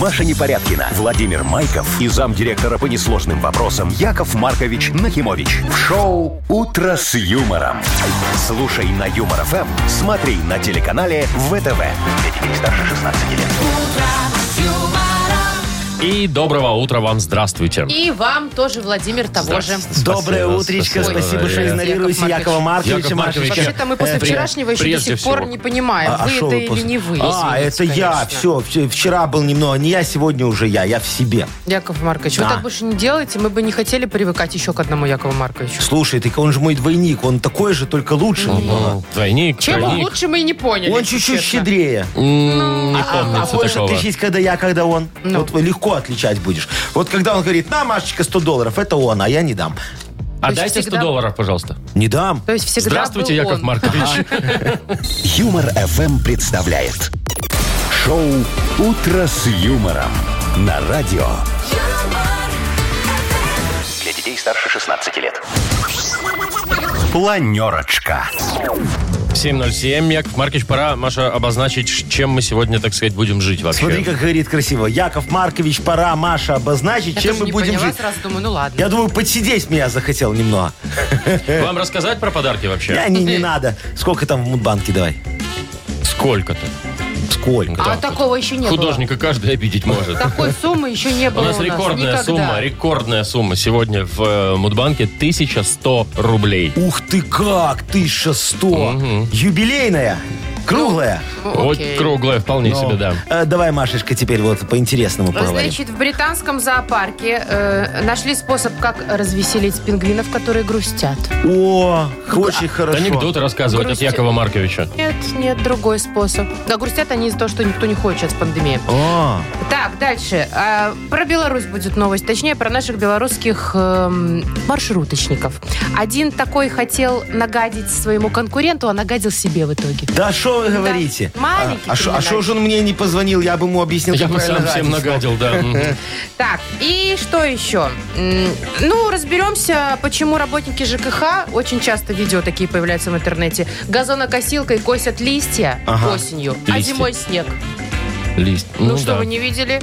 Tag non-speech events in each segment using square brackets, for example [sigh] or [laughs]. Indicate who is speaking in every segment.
Speaker 1: Маша Непорядкина, Владимир Майков и замдиректора по несложным вопросам Яков Маркович Нахимович. В шоу «Утро с юмором». Слушай на Юмор ФМ, смотри на телеканале ВТВ. Для детей старше 16 лет.
Speaker 2: И доброго утра вам, здравствуйте.
Speaker 3: И вам тоже, Владимир, того же.
Speaker 2: Здравствуйте.
Speaker 4: Доброе
Speaker 2: Спасибо,
Speaker 4: утречко,
Speaker 2: спасибо.
Speaker 4: спасибо, что
Speaker 2: Яков
Speaker 4: игнорируете
Speaker 3: Маркович.
Speaker 4: Якова Марковича,
Speaker 2: Яков Маркович,
Speaker 4: Машечка.
Speaker 3: Вообще-то мы после
Speaker 4: Э, при-
Speaker 3: вчерашнего еще до
Speaker 2: прежде
Speaker 3: сих пор
Speaker 2: всего.
Speaker 3: не понимаем,
Speaker 4: А, а
Speaker 3: вы
Speaker 4: шо
Speaker 3: это
Speaker 4: вы
Speaker 3: или
Speaker 4: после-
Speaker 3: не вы.
Speaker 4: А,
Speaker 3: извините,
Speaker 4: это я,
Speaker 3: конечно.
Speaker 4: все, вчера был немного, не я, сегодня уже я, я в себе.
Speaker 3: Яков Маркович, вы
Speaker 4: Да.
Speaker 3: так больше не делайте, мы бы не хотели привыкать еще к одному Якову Марковичу.
Speaker 4: Слушай, так он же мой двойник, он такой же, только лучше. немного.
Speaker 2: Двойник,
Speaker 3: Чем он
Speaker 2: тройник.
Speaker 3: лучше мы и не поняли.
Speaker 4: Он
Speaker 3: если
Speaker 4: чуть-чуть
Speaker 3: честно.
Speaker 4: щедрее.
Speaker 2: М, Не
Speaker 4: А, а
Speaker 2: помнится
Speaker 4: хочешь
Speaker 2: такого.
Speaker 4: отличить, когда я, когда он?
Speaker 3: Ну.
Speaker 4: Вот легко отличать будешь. Вот когда он говорит, на, Машечка, 100 долларов, это он, а я не дам.
Speaker 2: А
Speaker 3: есть
Speaker 2: дайте 100
Speaker 3: всегда-
Speaker 2: долларов, пожалуйста.
Speaker 4: Не дам.
Speaker 3: То есть всегда
Speaker 2: Здравствуйте,
Speaker 3: был
Speaker 2: Яков
Speaker 3: он.
Speaker 2: Маркович.
Speaker 3: [laughs]
Speaker 1: Юмор ФМ представляет. Шоу «Утро с юмором» на радио. Для детей старше 16 лет. Планерочка.
Speaker 2: 7.07, Яков Маркович, пора, Маша, обозначить, чем мы сегодня, так сказать, будем жить вообще.
Speaker 4: Смотри, как говорит красиво. Яков Маркович, пора, Маша, обозначить,
Speaker 3: Я
Speaker 4: чем
Speaker 3: тоже
Speaker 4: мы
Speaker 3: не
Speaker 4: будем
Speaker 3: поняла,
Speaker 4: жить.
Speaker 3: сразу думаю, ну ладно.
Speaker 4: Я думаю, подсидеть меня захотел немного.
Speaker 2: Э. Вам рассказать про подарки
Speaker 4: Да,
Speaker 2: вообще?
Speaker 4: не, не надо. Сколько там в Мудбанке, давай.
Speaker 2: Сколько-то.
Speaker 4: Сколько?
Speaker 3: а такого еще не
Speaker 2: Художника каждый обидеть может.
Speaker 3: было. Такой суммы еще не
Speaker 2: У
Speaker 3: было
Speaker 2: нас рекордная
Speaker 3: никогда.
Speaker 2: сумма, рекордная сумма сегодня в э, Мудбанке 1100 рублей.
Speaker 4: Ух ты как, 1100. Юбилейная, круглая.
Speaker 3: Ну,
Speaker 2: Вот
Speaker 3: окей.
Speaker 2: круглая, вполне
Speaker 4: Ну,
Speaker 2: себе, да.
Speaker 4: э, давай, Машечка, теперь вот по-интересному поговорим.
Speaker 3: Значит, в британском зоопарке э, нашли способ, как развеселить пингвинов, которые грустят.
Speaker 4: О,
Speaker 2: Ну,
Speaker 4: очень хорошо.
Speaker 2: Анекдоты рассказывать от
Speaker 3: Грусти-
Speaker 2: Якова Марковича.
Speaker 3: Нет, нет, другой способ. Да, грустят они из-за того, что никто не хочет с пандемии.
Speaker 4: О,
Speaker 3: Так, дальше. А, про Беларусь будет новость. Точнее, про наших белорусских эм, маршруточников. Один такой хотел нагадить своему конкуренту, а нагадил себе в итоге.
Speaker 4: да что вы говорите?
Speaker 3: Маленький
Speaker 4: А что
Speaker 3: криминальчик.
Speaker 4: ж он мне не позвонил? Я бы ему объяснил,
Speaker 2: Я
Speaker 4: как
Speaker 2: бы сам
Speaker 4: правильно
Speaker 2: всем
Speaker 4: гадить.
Speaker 2: нагадил, да. мгм.
Speaker 3: Так, и что еще? М, Ну, разберемся, почему работники ЖКХ, очень часто видео такие появляются в интернете, газонокосилкой косят листья
Speaker 4: Ага.
Speaker 3: осенью, а
Speaker 2: Листья.
Speaker 3: зимой снег.
Speaker 2: Лист.
Speaker 3: Ну,
Speaker 2: Ну
Speaker 3: что,
Speaker 2: да.
Speaker 3: вы не видели?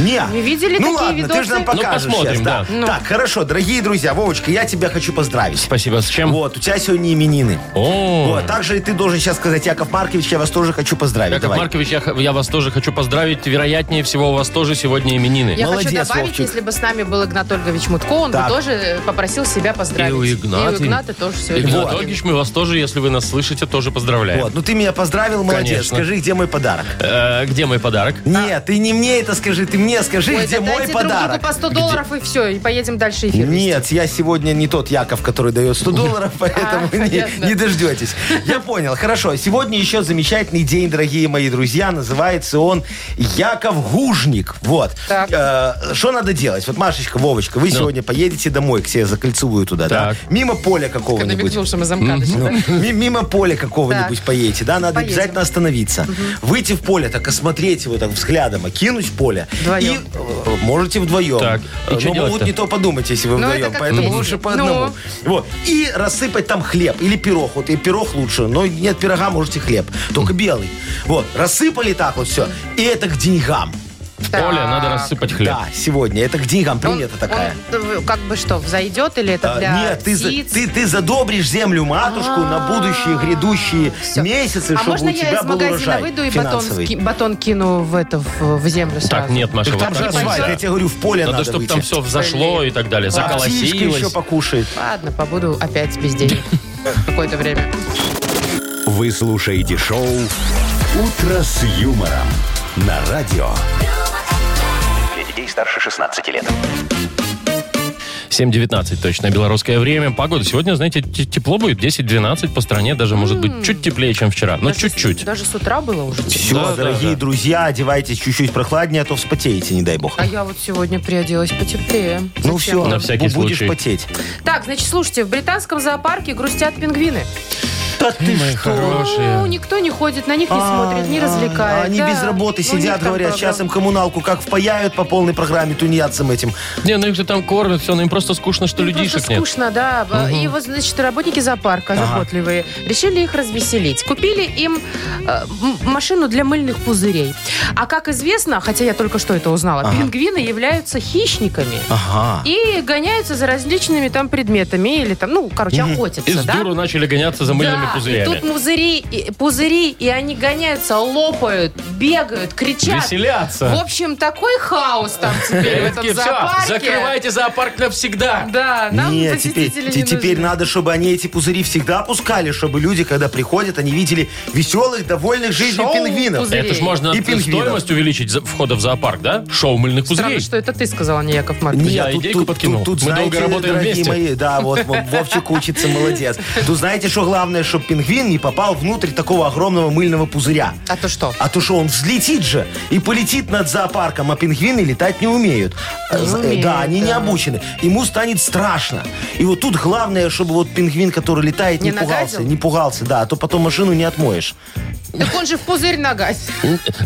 Speaker 4: Не.
Speaker 3: Не видели
Speaker 4: ну
Speaker 3: такие
Speaker 4: ладно, ты
Speaker 3: видосы?
Speaker 4: же нам
Speaker 3: Ну,
Speaker 4: покажешь
Speaker 2: посмотрим,
Speaker 4: сейчас, да.
Speaker 2: да.
Speaker 3: Ну.
Speaker 4: Так, хорошо, дорогие друзья, Вовочка, я тебя хочу поздравить.
Speaker 2: Спасибо. С чем?
Speaker 4: Вот, у тебя сегодня именины.
Speaker 2: О,
Speaker 4: Вот, также и ты должен сейчас сказать, Яков Маркович, я вас тоже хочу поздравить.
Speaker 2: Яков
Speaker 4: Давай.
Speaker 2: Маркович, я, х- я вас тоже хочу поздравить. Вероятнее всего, у вас тоже сегодня именины.
Speaker 3: Я хочу
Speaker 4: Молодец,
Speaker 3: добавить,
Speaker 4: Вовчик.
Speaker 3: если бы с нами был Игнат Ольгович Мутко, он
Speaker 4: Так.
Speaker 3: бы тоже э, попросил себя поздравить.
Speaker 2: И у Игната.
Speaker 3: И у Игната тоже сегодня.
Speaker 2: Игнат
Speaker 3: день.
Speaker 2: Ольгич, мы вас тоже, если вы нас слышите, тоже поздравляем.
Speaker 4: Вот, ну ты меня поздравил, молодец.
Speaker 2: э, Конечно.
Speaker 4: Скажи, где мой подарок?
Speaker 2: Э, а. где мой подарок?
Speaker 4: Нет, ты не мне это скажи, ты мне скажи,
Speaker 3: Ой,
Speaker 4: где
Speaker 3: да
Speaker 4: мой
Speaker 3: дайте друг другу
Speaker 4: подарок.
Speaker 3: по 100 долларов и все, и поедем дальше эфир. вести.
Speaker 4: Нет, я сегодня не тот Яков, который дает
Speaker 3: [laughs]
Speaker 4: 100 долларов, поэтому не-
Speaker 3: А, понятно.
Speaker 4: не, дождетесь. Я понял, хорошо. Сегодня еще замечательный день, дорогие мои друзья. Называется он Яков Гужник. Вот.
Speaker 3: Так.
Speaker 4: Э, Что надо делать? Вот, Машечка, Вовочка, вы сегодня поедете домой к себе, за кольцевую туда, да?
Speaker 2: Ну. Так.
Speaker 4: Мимо поля
Speaker 3: Когда
Speaker 4: какого-нибудь.
Speaker 3: мигнул, что мы замкадочно.
Speaker 4: Ми- Мимо поля какого-нибудь
Speaker 3: Так.
Speaker 4: поедете, да, надо
Speaker 3: Поедем.
Speaker 4: обязательно остановиться. Выйти в поле, так осмотреть его так взглядом, окинуть поле.
Speaker 3: Вдвоем.
Speaker 4: И э, можете вдвоем.
Speaker 2: Так, и
Speaker 4: Э,
Speaker 2: чё
Speaker 4: Но могут
Speaker 2: делать-то?
Speaker 4: не то подумать, если вы
Speaker 3: Ну, это
Speaker 4: вдвоем,
Speaker 3: как
Speaker 4: поэтому
Speaker 3: песня.
Speaker 4: лучше по
Speaker 3: Ну.
Speaker 4: одному. Вот. И рассыпать там хлеб или пирог. Вот и пирог лучше, но нет пирога, можете хлеб. Только белый. Вот, рассыпали так вот все. И это к деньгам.
Speaker 2: В поле надо рассыпать хлеб.
Speaker 4: Да, сегодня. Это к деньгам. Примета такая.
Speaker 3: Он, э, как бы что, взойдет или это
Speaker 4: А,
Speaker 3: для
Speaker 4: Нет, ты, за-
Speaker 3: птиц? А.
Speaker 4: ты, ты задобришь землю матушку на будущие грядущие
Speaker 3: Всё.
Speaker 4: месяцы,
Speaker 3: а
Speaker 4: чтобы
Speaker 3: можно
Speaker 4: у тебя
Speaker 3: я из
Speaker 4: был
Speaker 3: магазина
Speaker 4: урожай
Speaker 3: выйду и батон,
Speaker 4: финансовый.
Speaker 3: ски- батон кину в, это, в, в землю сразу?
Speaker 2: Так, нет, Маша,
Speaker 4: Так
Speaker 2: вот
Speaker 4: там же
Speaker 2: так
Speaker 3: нельзя.
Speaker 4: асфальт, я тебе говорю, в поле
Speaker 2: Надо,
Speaker 4: надо,
Speaker 2: чтобы
Speaker 4: выйти.
Speaker 2: там все взошло и так далее.
Speaker 4: А птичка еще
Speaker 2: Заколосилось.
Speaker 4: покушает.
Speaker 3: Ладно, побуду опять без
Speaker 4: [laughs]
Speaker 3: денег какое-то время.
Speaker 4: Ну,
Speaker 1: Вы слушаете шоу «Утро с юмором» на радио. Для детей старше 16 лет.
Speaker 2: 7.19 точно белорусское время. Погода сегодня, знаете, те- тепло будет 10-12 по стране, даже может быть чуть теплее, чем вчера. Но
Speaker 3: Даже с-
Speaker 2: чуть-чуть.
Speaker 3: Даже с утра было уже.
Speaker 4: Все,
Speaker 2: Да, да,
Speaker 4: дорогие
Speaker 2: да.
Speaker 4: друзья, одевайтесь чуть-чуть прохладнее, а то вспотеете, не дай бог.
Speaker 3: А я вот сегодня приоделась потеплее. Зачем?
Speaker 4: Ну все,
Speaker 2: На всякий
Speaker 4: будешь
Speaker 2: случай.
Speaker 4: потеть.
Speaker 3: Так, значит, слушайте, в британском зоопарке грустят пингвины.
Speaker 4: Да ты
Speaker 2: мои
Speaker 4: что?
Speaker 2: хорошие.
Speaker 3: Ну, никто не ходит, на них не А, смотрит, не развлекает.
Speaker 4: А, Они
Speaker 3: да.
Speaker 4: без работы
Speaker 3: Ну, у них
Speaker 4: сидят,
Speaker 3: там
Speaker 4: говорят, сейчас им
Speaker 3: проблема.
Speaker 4: коммуналку как впаяют по полной программе тунеядцам этим.
Speaker 2: Не, ну их же там кормят, все, ну им просто скучно, что
Speaker 3: Им
Speaker 2: людишек
Speaker 3: Просто
Speaker 2: нет.
Speaker 3: скучно, да. И вот, значит, работники зоопарка, заботливые, решили их развеселить. Купили им э, м- машину для мыльных пузырей. А как известно, хотя я только что это узнала, пингвины являются хищниками.
Speaker 4: Ага.
Speaker 3: И гоняются за различными там предметами или там, ну, короче, охотятся,
Speaker 2: И с
Speaker 3: да?
Speaker 2: дуру начали гоняться за мыльными
Speaker 3: да, и
Speaker 2: пузырями.
Speaker 3: тут пузыри, и, пузыри, и они гоняются, лопают, бегают, кричат. В
Speaker 2: Веселятся. Э,
Speaker 3: общем, такой хаос там
Speaker 4: Э,
Speaker 3: теперь в этом
Speaker 2: Такие, «Всё,
Speaker 3: зоопарке.
Speaker 2: закрывайте зоопарк навсегда.
Speaker 3: Да, нам
Speaker 4: Нет,
Speaker 3: посетители
Speaker 4: теперь,
Speaker 3: не
Speaker 4: те-
Speaker 3: нужны.
Speaker 4: теперь надо, чтобы они эти пузыри всегда пускали, чтобы люди, когда приходят, они видели веселых, довольных жизнью
Speaker 3: Шоу
Speaker 4: пингвинов.
Speaker 3: пузырей.
Speaker 2: Это ж можно
Speaker 4: И пингвинов.
Speaker 2: стоимость увеличить за- входа в зоопарк, да? Шоу мыльных
Speaker 3: Странно,
Speaker 2: пузырей.
Speaker 3: что это ты сказала, а не Яков Маркович.
Speaker 2: Я
Speaker 4: Нет, тут,
Speaker 2: идейку
Speaker 4: тут-
Speaker 2: подкинул.
Speaker 4: тут- тут,
Speaker 2: Мы
Speaker 4: знаете,
Speaker 2: долго работаем
Speaker 4: дорогие
Speaker 2: вместе.
Speaker 4: мои, да, вот, вот Вовчик учится, молодец. Тут знаете, что главное, чтобы пингвин не попал внутрь такого огромного мыльного пузыря.
Speaker 3: А то что?
Speaker 4: А то что он взлетит же и полетит над зоопарком, а пингвины летать не умеют. Э, з- э,
Speaker 3: умеют,
Speaker 4: да, они не
Speaker 3: да.
Speaker 4: обучены. Ему станет страшно. И вот тут главное, чтобы вот пингвин, который летает, не,
Speaker 3: Не
Speaker 4: пугался.
Speaker 3: нагадил?
Speaker 4: Не пугался, да, а то потом машину не отмоешь.
Speaker 3: Так он же в пузырь нагась.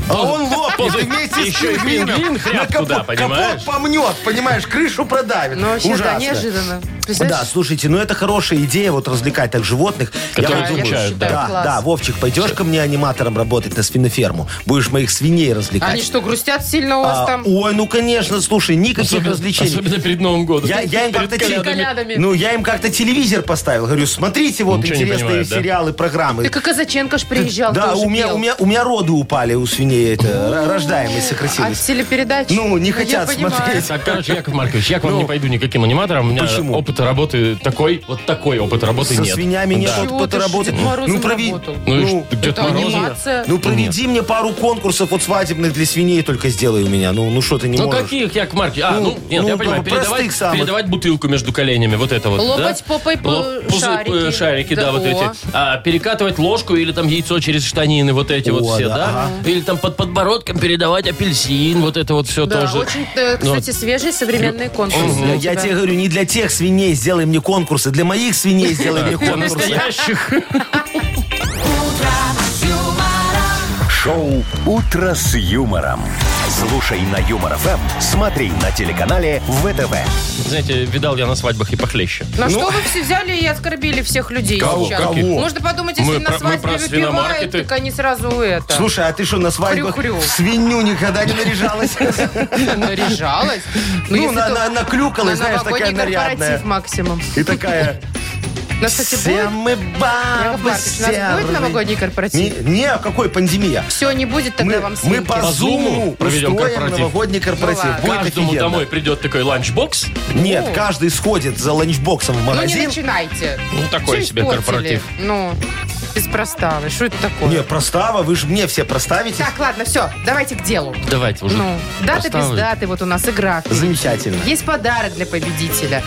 Speaker 4: А он лопнет
Speaker 2: Поза-
Speaker 4: вместе с
Speaker 2: Еще и
Speaker 4: пингвином.
Speaker 2: пингвин
Speaker 4: На
Speaker 2: хряк
Speaker 4: капот-
Speaker 2: туда, понимаешь?
Speaker 4: Капот помнет, понимаешь, крышу продавит.
Speaker 3: Ну, вообще, да,
Speaker 4: Ужасно.
Speaker 3: неожиданно.
Speaker 4: Да,
Speaker 3: Представляешь?
Speaker 4: слушайте, ну это хорошая идея, вот развлекать так животных.
Speaker 2: Которые
Speaker 4: вот думаю,
Speaker 2: обучают,
Speaker 4: да.
Speaker 2: да.
Speaker 4: Да,
Speaker 3: Класс.
Speaker 4: Вовчик, пойдешь ко мне аниматором работать на свиноферму? Будешь моих свиней развлекать.
Speaker 3: Они что, грустят сильно у вас
Speaker 4: А,
Speaker 3: там?
Speaker 4: Ой, ну конечно, слушай, никаких развлечений.
Speaker 2: особенно перед Новым годом.
Speaker 4: Я, я им
Speaker 2: Перед
Speaker 4: как-то
Speaker 2: колядами.
Speaker 3: колядами.
Speaker 4: ну, я им как-то телевизор поставил. Говорю, смотрите, вот
Speaker 2: Ничего не
Speaker 4: интересные
Speaker 2: понимают, да?
Speaker 4: сериалы, программы.
Speaker 3: Так и Казаченко ж приезжал,
Speaker 4: да,
Speaker 3: тоже
Speaker 4: у меня,
Speaker 3: пел.
Speaker 4: у, меня, у меня роды упали у свиней, это, ро- рождаемость
Speaker 3: От
Speaker 4: сократилась.
Speaker 3: телепередач?
Speaker 4: Ну, не
Speaker 3: А Я
Speaker 4: хотят
Speaker 3: понимаю.
Speaker 4: смотреть.
Speaker 2: Так, короче, Яков Маркович, я к вам не пойду никаким аниматором. У меня
Speaker 4: Ну, Почему?
Speaker 2: опыта работы такой, вот такой опыт работы
Speaker 4: Со
Speaker 2: нет.
Speaker 4: свиньями нет
Speaker 2: Да.
Speaker 3: А Чего
Speaker 4: опыта
Speaker 3: ты ж
Speaker 4: работы.
Speaker 3: Дед Морозом работал?
Speaker 2: Ну, и что, Дед
Speaker 3: Это
Speaker 2: Мороз?
Speaker 3: анимация.
Speaker 4: Ну, проведи мне пару конкурсов вот свадебных для свиней только сделай у меня. Ну, ну что ты не
Speaker 2: Ну
Speaker 4: можешь?
Speaker 2: каких, Яков Маркович? А, ну,
Speaker 4: Ну,
Speaker 2: нет,
Speaker 4: ну,
Speaker 2: я понимаю,
Speaker 4: простых
Speaker 2: передавать,
Speaker 4: самых.
Speaker 2: передавать бутылку между коленями, вот это вот.
Speaker 3: Лопать
Speaker 2: да?
Speaker 3: попой по-
Speaker 2: пузы-
Speaker 3: шарики.
Speaker 2: э, шарики, да,
Speaker 3: Да,
Speaker 2: вот
Speaker 3: о.
Speaker 2: эти. А, перекатывать ложку или там яйцо через штанины, вот эти вот
Speaker 4: О,
Speaker 2: все,
Speaker 4: да,
Speaker 2: да? Или там под подбородком передавать апельсин, вот это вот все
Speaker 3: Да,
Speaker 2: тоже. Ну,
Speaker 3: очень, э, кстати, свежие современные конкурсы.
Speaker 4: Я,
Speaker 3: у Ну, тебя.
Speaker 4: тебе говорю, не для тех свиней сделай мне конкурсы, для
Speaker 3: [laughs]
Speaker 4: моих свиней сделай мне
Speaker 2: Для
Speaker 4: конкурсы.
Speaker 2: настоящих.
Speaker 1: Шоу «Утро с юмором». Слушай на Юмор ФМ, смотри на телеканале ВТВ.
Speaker 2: Знаете, видал я на свадьбах и похлеще.
Speaker 3: На что
Speaker 2: [laughs]
Speaker 3: вы все взяли и оскорбили всех людей
Speaker 2: Ну, Кого?
Speaker 3: сейчас?
Speaker 2: Кого?
Speaker 3: Можно подумать, если
Speaker 2: Мы
Speaker 3: на
Speaker 2: про- мы
Speaker 3: свадьбе
Speaker 2: про
Speaker 3: выпивают,
Speaker 2: свиномаркеты.
Speaker 3: так они сразу это...
Speaker 4: Слушай, а ты что, на свадьбах
Speaker 3: Хрю-хрю.
Speaker 4: в свинью никогда не наряжалась?
Speaker 3: [laughs] наряжалась.
Speaker 4: Ну,
Speaker 3: если
Speaker 4: на-
Speaker 3: то-
Speaker 4: на- наклюкалась,
Speaker 3: на
Speaker 4: знаешь, такая
Speaker 3: новогодний
Speaker 4: нарядная.
Speaker 3: корпоратив максимум.
Speaker 4: И такая,
Speaker 3: На, кстати,
Speaker 4: все
Speaker 3: будет,
Speaker 4: мы
Speaker 3: Яков
Speaker 4: бабы
Speaker 3: Маркович, у нас будет
Speaker 4: серые».
Speaker 3: новогодний корпоратив?
Speaker 4: Не, не, какой пандемия?
Speaker 3: Все, не будет тогда
Speaker 4: Мы,
Speaker 3: вам
Speaker 4: мы
Speaker 3: снимки.
Speaker 4: по
Speaker 2: По Зуму
Speaker 4: Зуму
Speaker 2: проведем
Speaker 4: устроим
Speaker 2: корпоратив.
Speaker 4: новогодний
Speaker 3: Ну
Speaker 4: корпоратив.
Speaker 3: ладно.
Speaker 4: Будет
Speaker 2: Каждому
Speaker 4: офигенно.
Speaker 2: домой придет такой ланчбокс.
Speaker 4: Нет, каждый сходит за ланчбоксом в
Speaker 3: Ну, не
Speaker 4: магазин.
Speaker 3: начинайте.
Speaker 2: Ну, такой
Speaker 3: Всё
Speaker 2: себе
Speaker 3: испортили.
Speaker 2: корпоратив.
Speaker 3: Ну, беспроста вы. Что это такое?
Speaker 4: Не, простава, вы же мне все проставите.
Speaker 3: Так, ладно, все, давайте к делу.
Speaker 2: Давайте уже.
Speaker 3: Ну, даты без
Speaker 2: поставлю.
Speaker 3: даты, вот у нас игра.
Speaker 4: Замечательно.
Speaker 3: Есть подарок для победителя.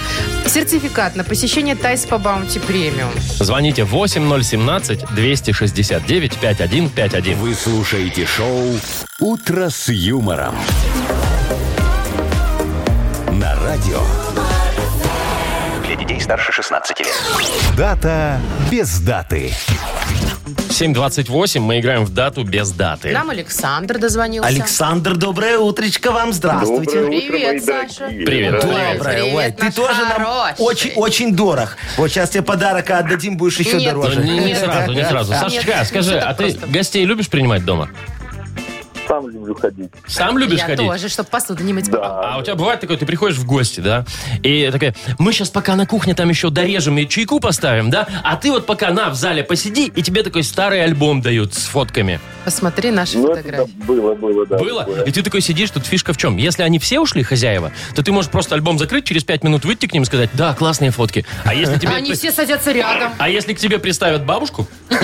Speaker 3: Сертификат на посещение Тайс по Баунти Премиум.
Speaker 2: Звоните 8017-269-5151.
Speaker 1: Вы слушаете шоу «Утро с юмором». На радио. Для детей старше 16 лет. Дата без даты.
Speaker 2: 7.28 мы играем в дату без даты.
Speaker 3: Нам Александр дозвонился.
Speaker 4: Александр, доброе утречко вам, здравствуйте.
Speaker 3: Привет, Саша.
Speaker 2: Привет.
Speaker 3: Доброе. Привет,
Speaker 4: ой, ты
Speaker 3: наш
Speaker 4: тоже нам
Speaker 3: хороший.
Speaker 4: очень, очень дорог. Вот сейчас тебе подарок отдадим, будешь еще
Speaker 3: Нет.
Speaker 2: Ну,
Speaker 4: дороже.
Speaker 2: Не, не
Speaker 3: Нет.
Speaker 2: сразу, не сразу.
Speaker 3: Нет,
Speaker 2: Сашечка,
Speaker 3: ну,
Speaker 2: скажи,
Speaker 3: всё так
Speaker 2: а ты
Speaker 3: просто.
Speaker 2: гостей любишь принимать дома?
Speaker 5: Сам люблю ходить.
Speaker 2: Сам любишь
Speaker 3: Я
Speaker 2: ходить?
Speaker 3: тоже, чтобы посуду не мыть.
Speaker 5: Да.
Speaker 2: А у тебя бывает такое, ты приходишь в гости, да, и такая, мы сейчас пока на кухне там еще дорежем и чайку поставим, да, а ты вот пока на, в зале посиди, и тебе такой старый альбом дают с фотками.
Speaker 3: Посмотри наши
Speaker 5: Ну, это
Speaker 3: фотографии.
Speaker 5: было, было, да.
Speaker 2: Было?
Speaker 5: такое.
Speaker 2: И ты такой сидишь, тут фишка в чем? Если они все ушли, хозяева, то ты можешь просто альбом закрыть, через пять минут выйти к ним и сказать, да, классные фотки. А если тебе...
Speaker 3: Они все садятся рядом.
Speaker 2: А если к тебе приставят
Speaker 3: [laughs]
Speaker 2: бабушку, то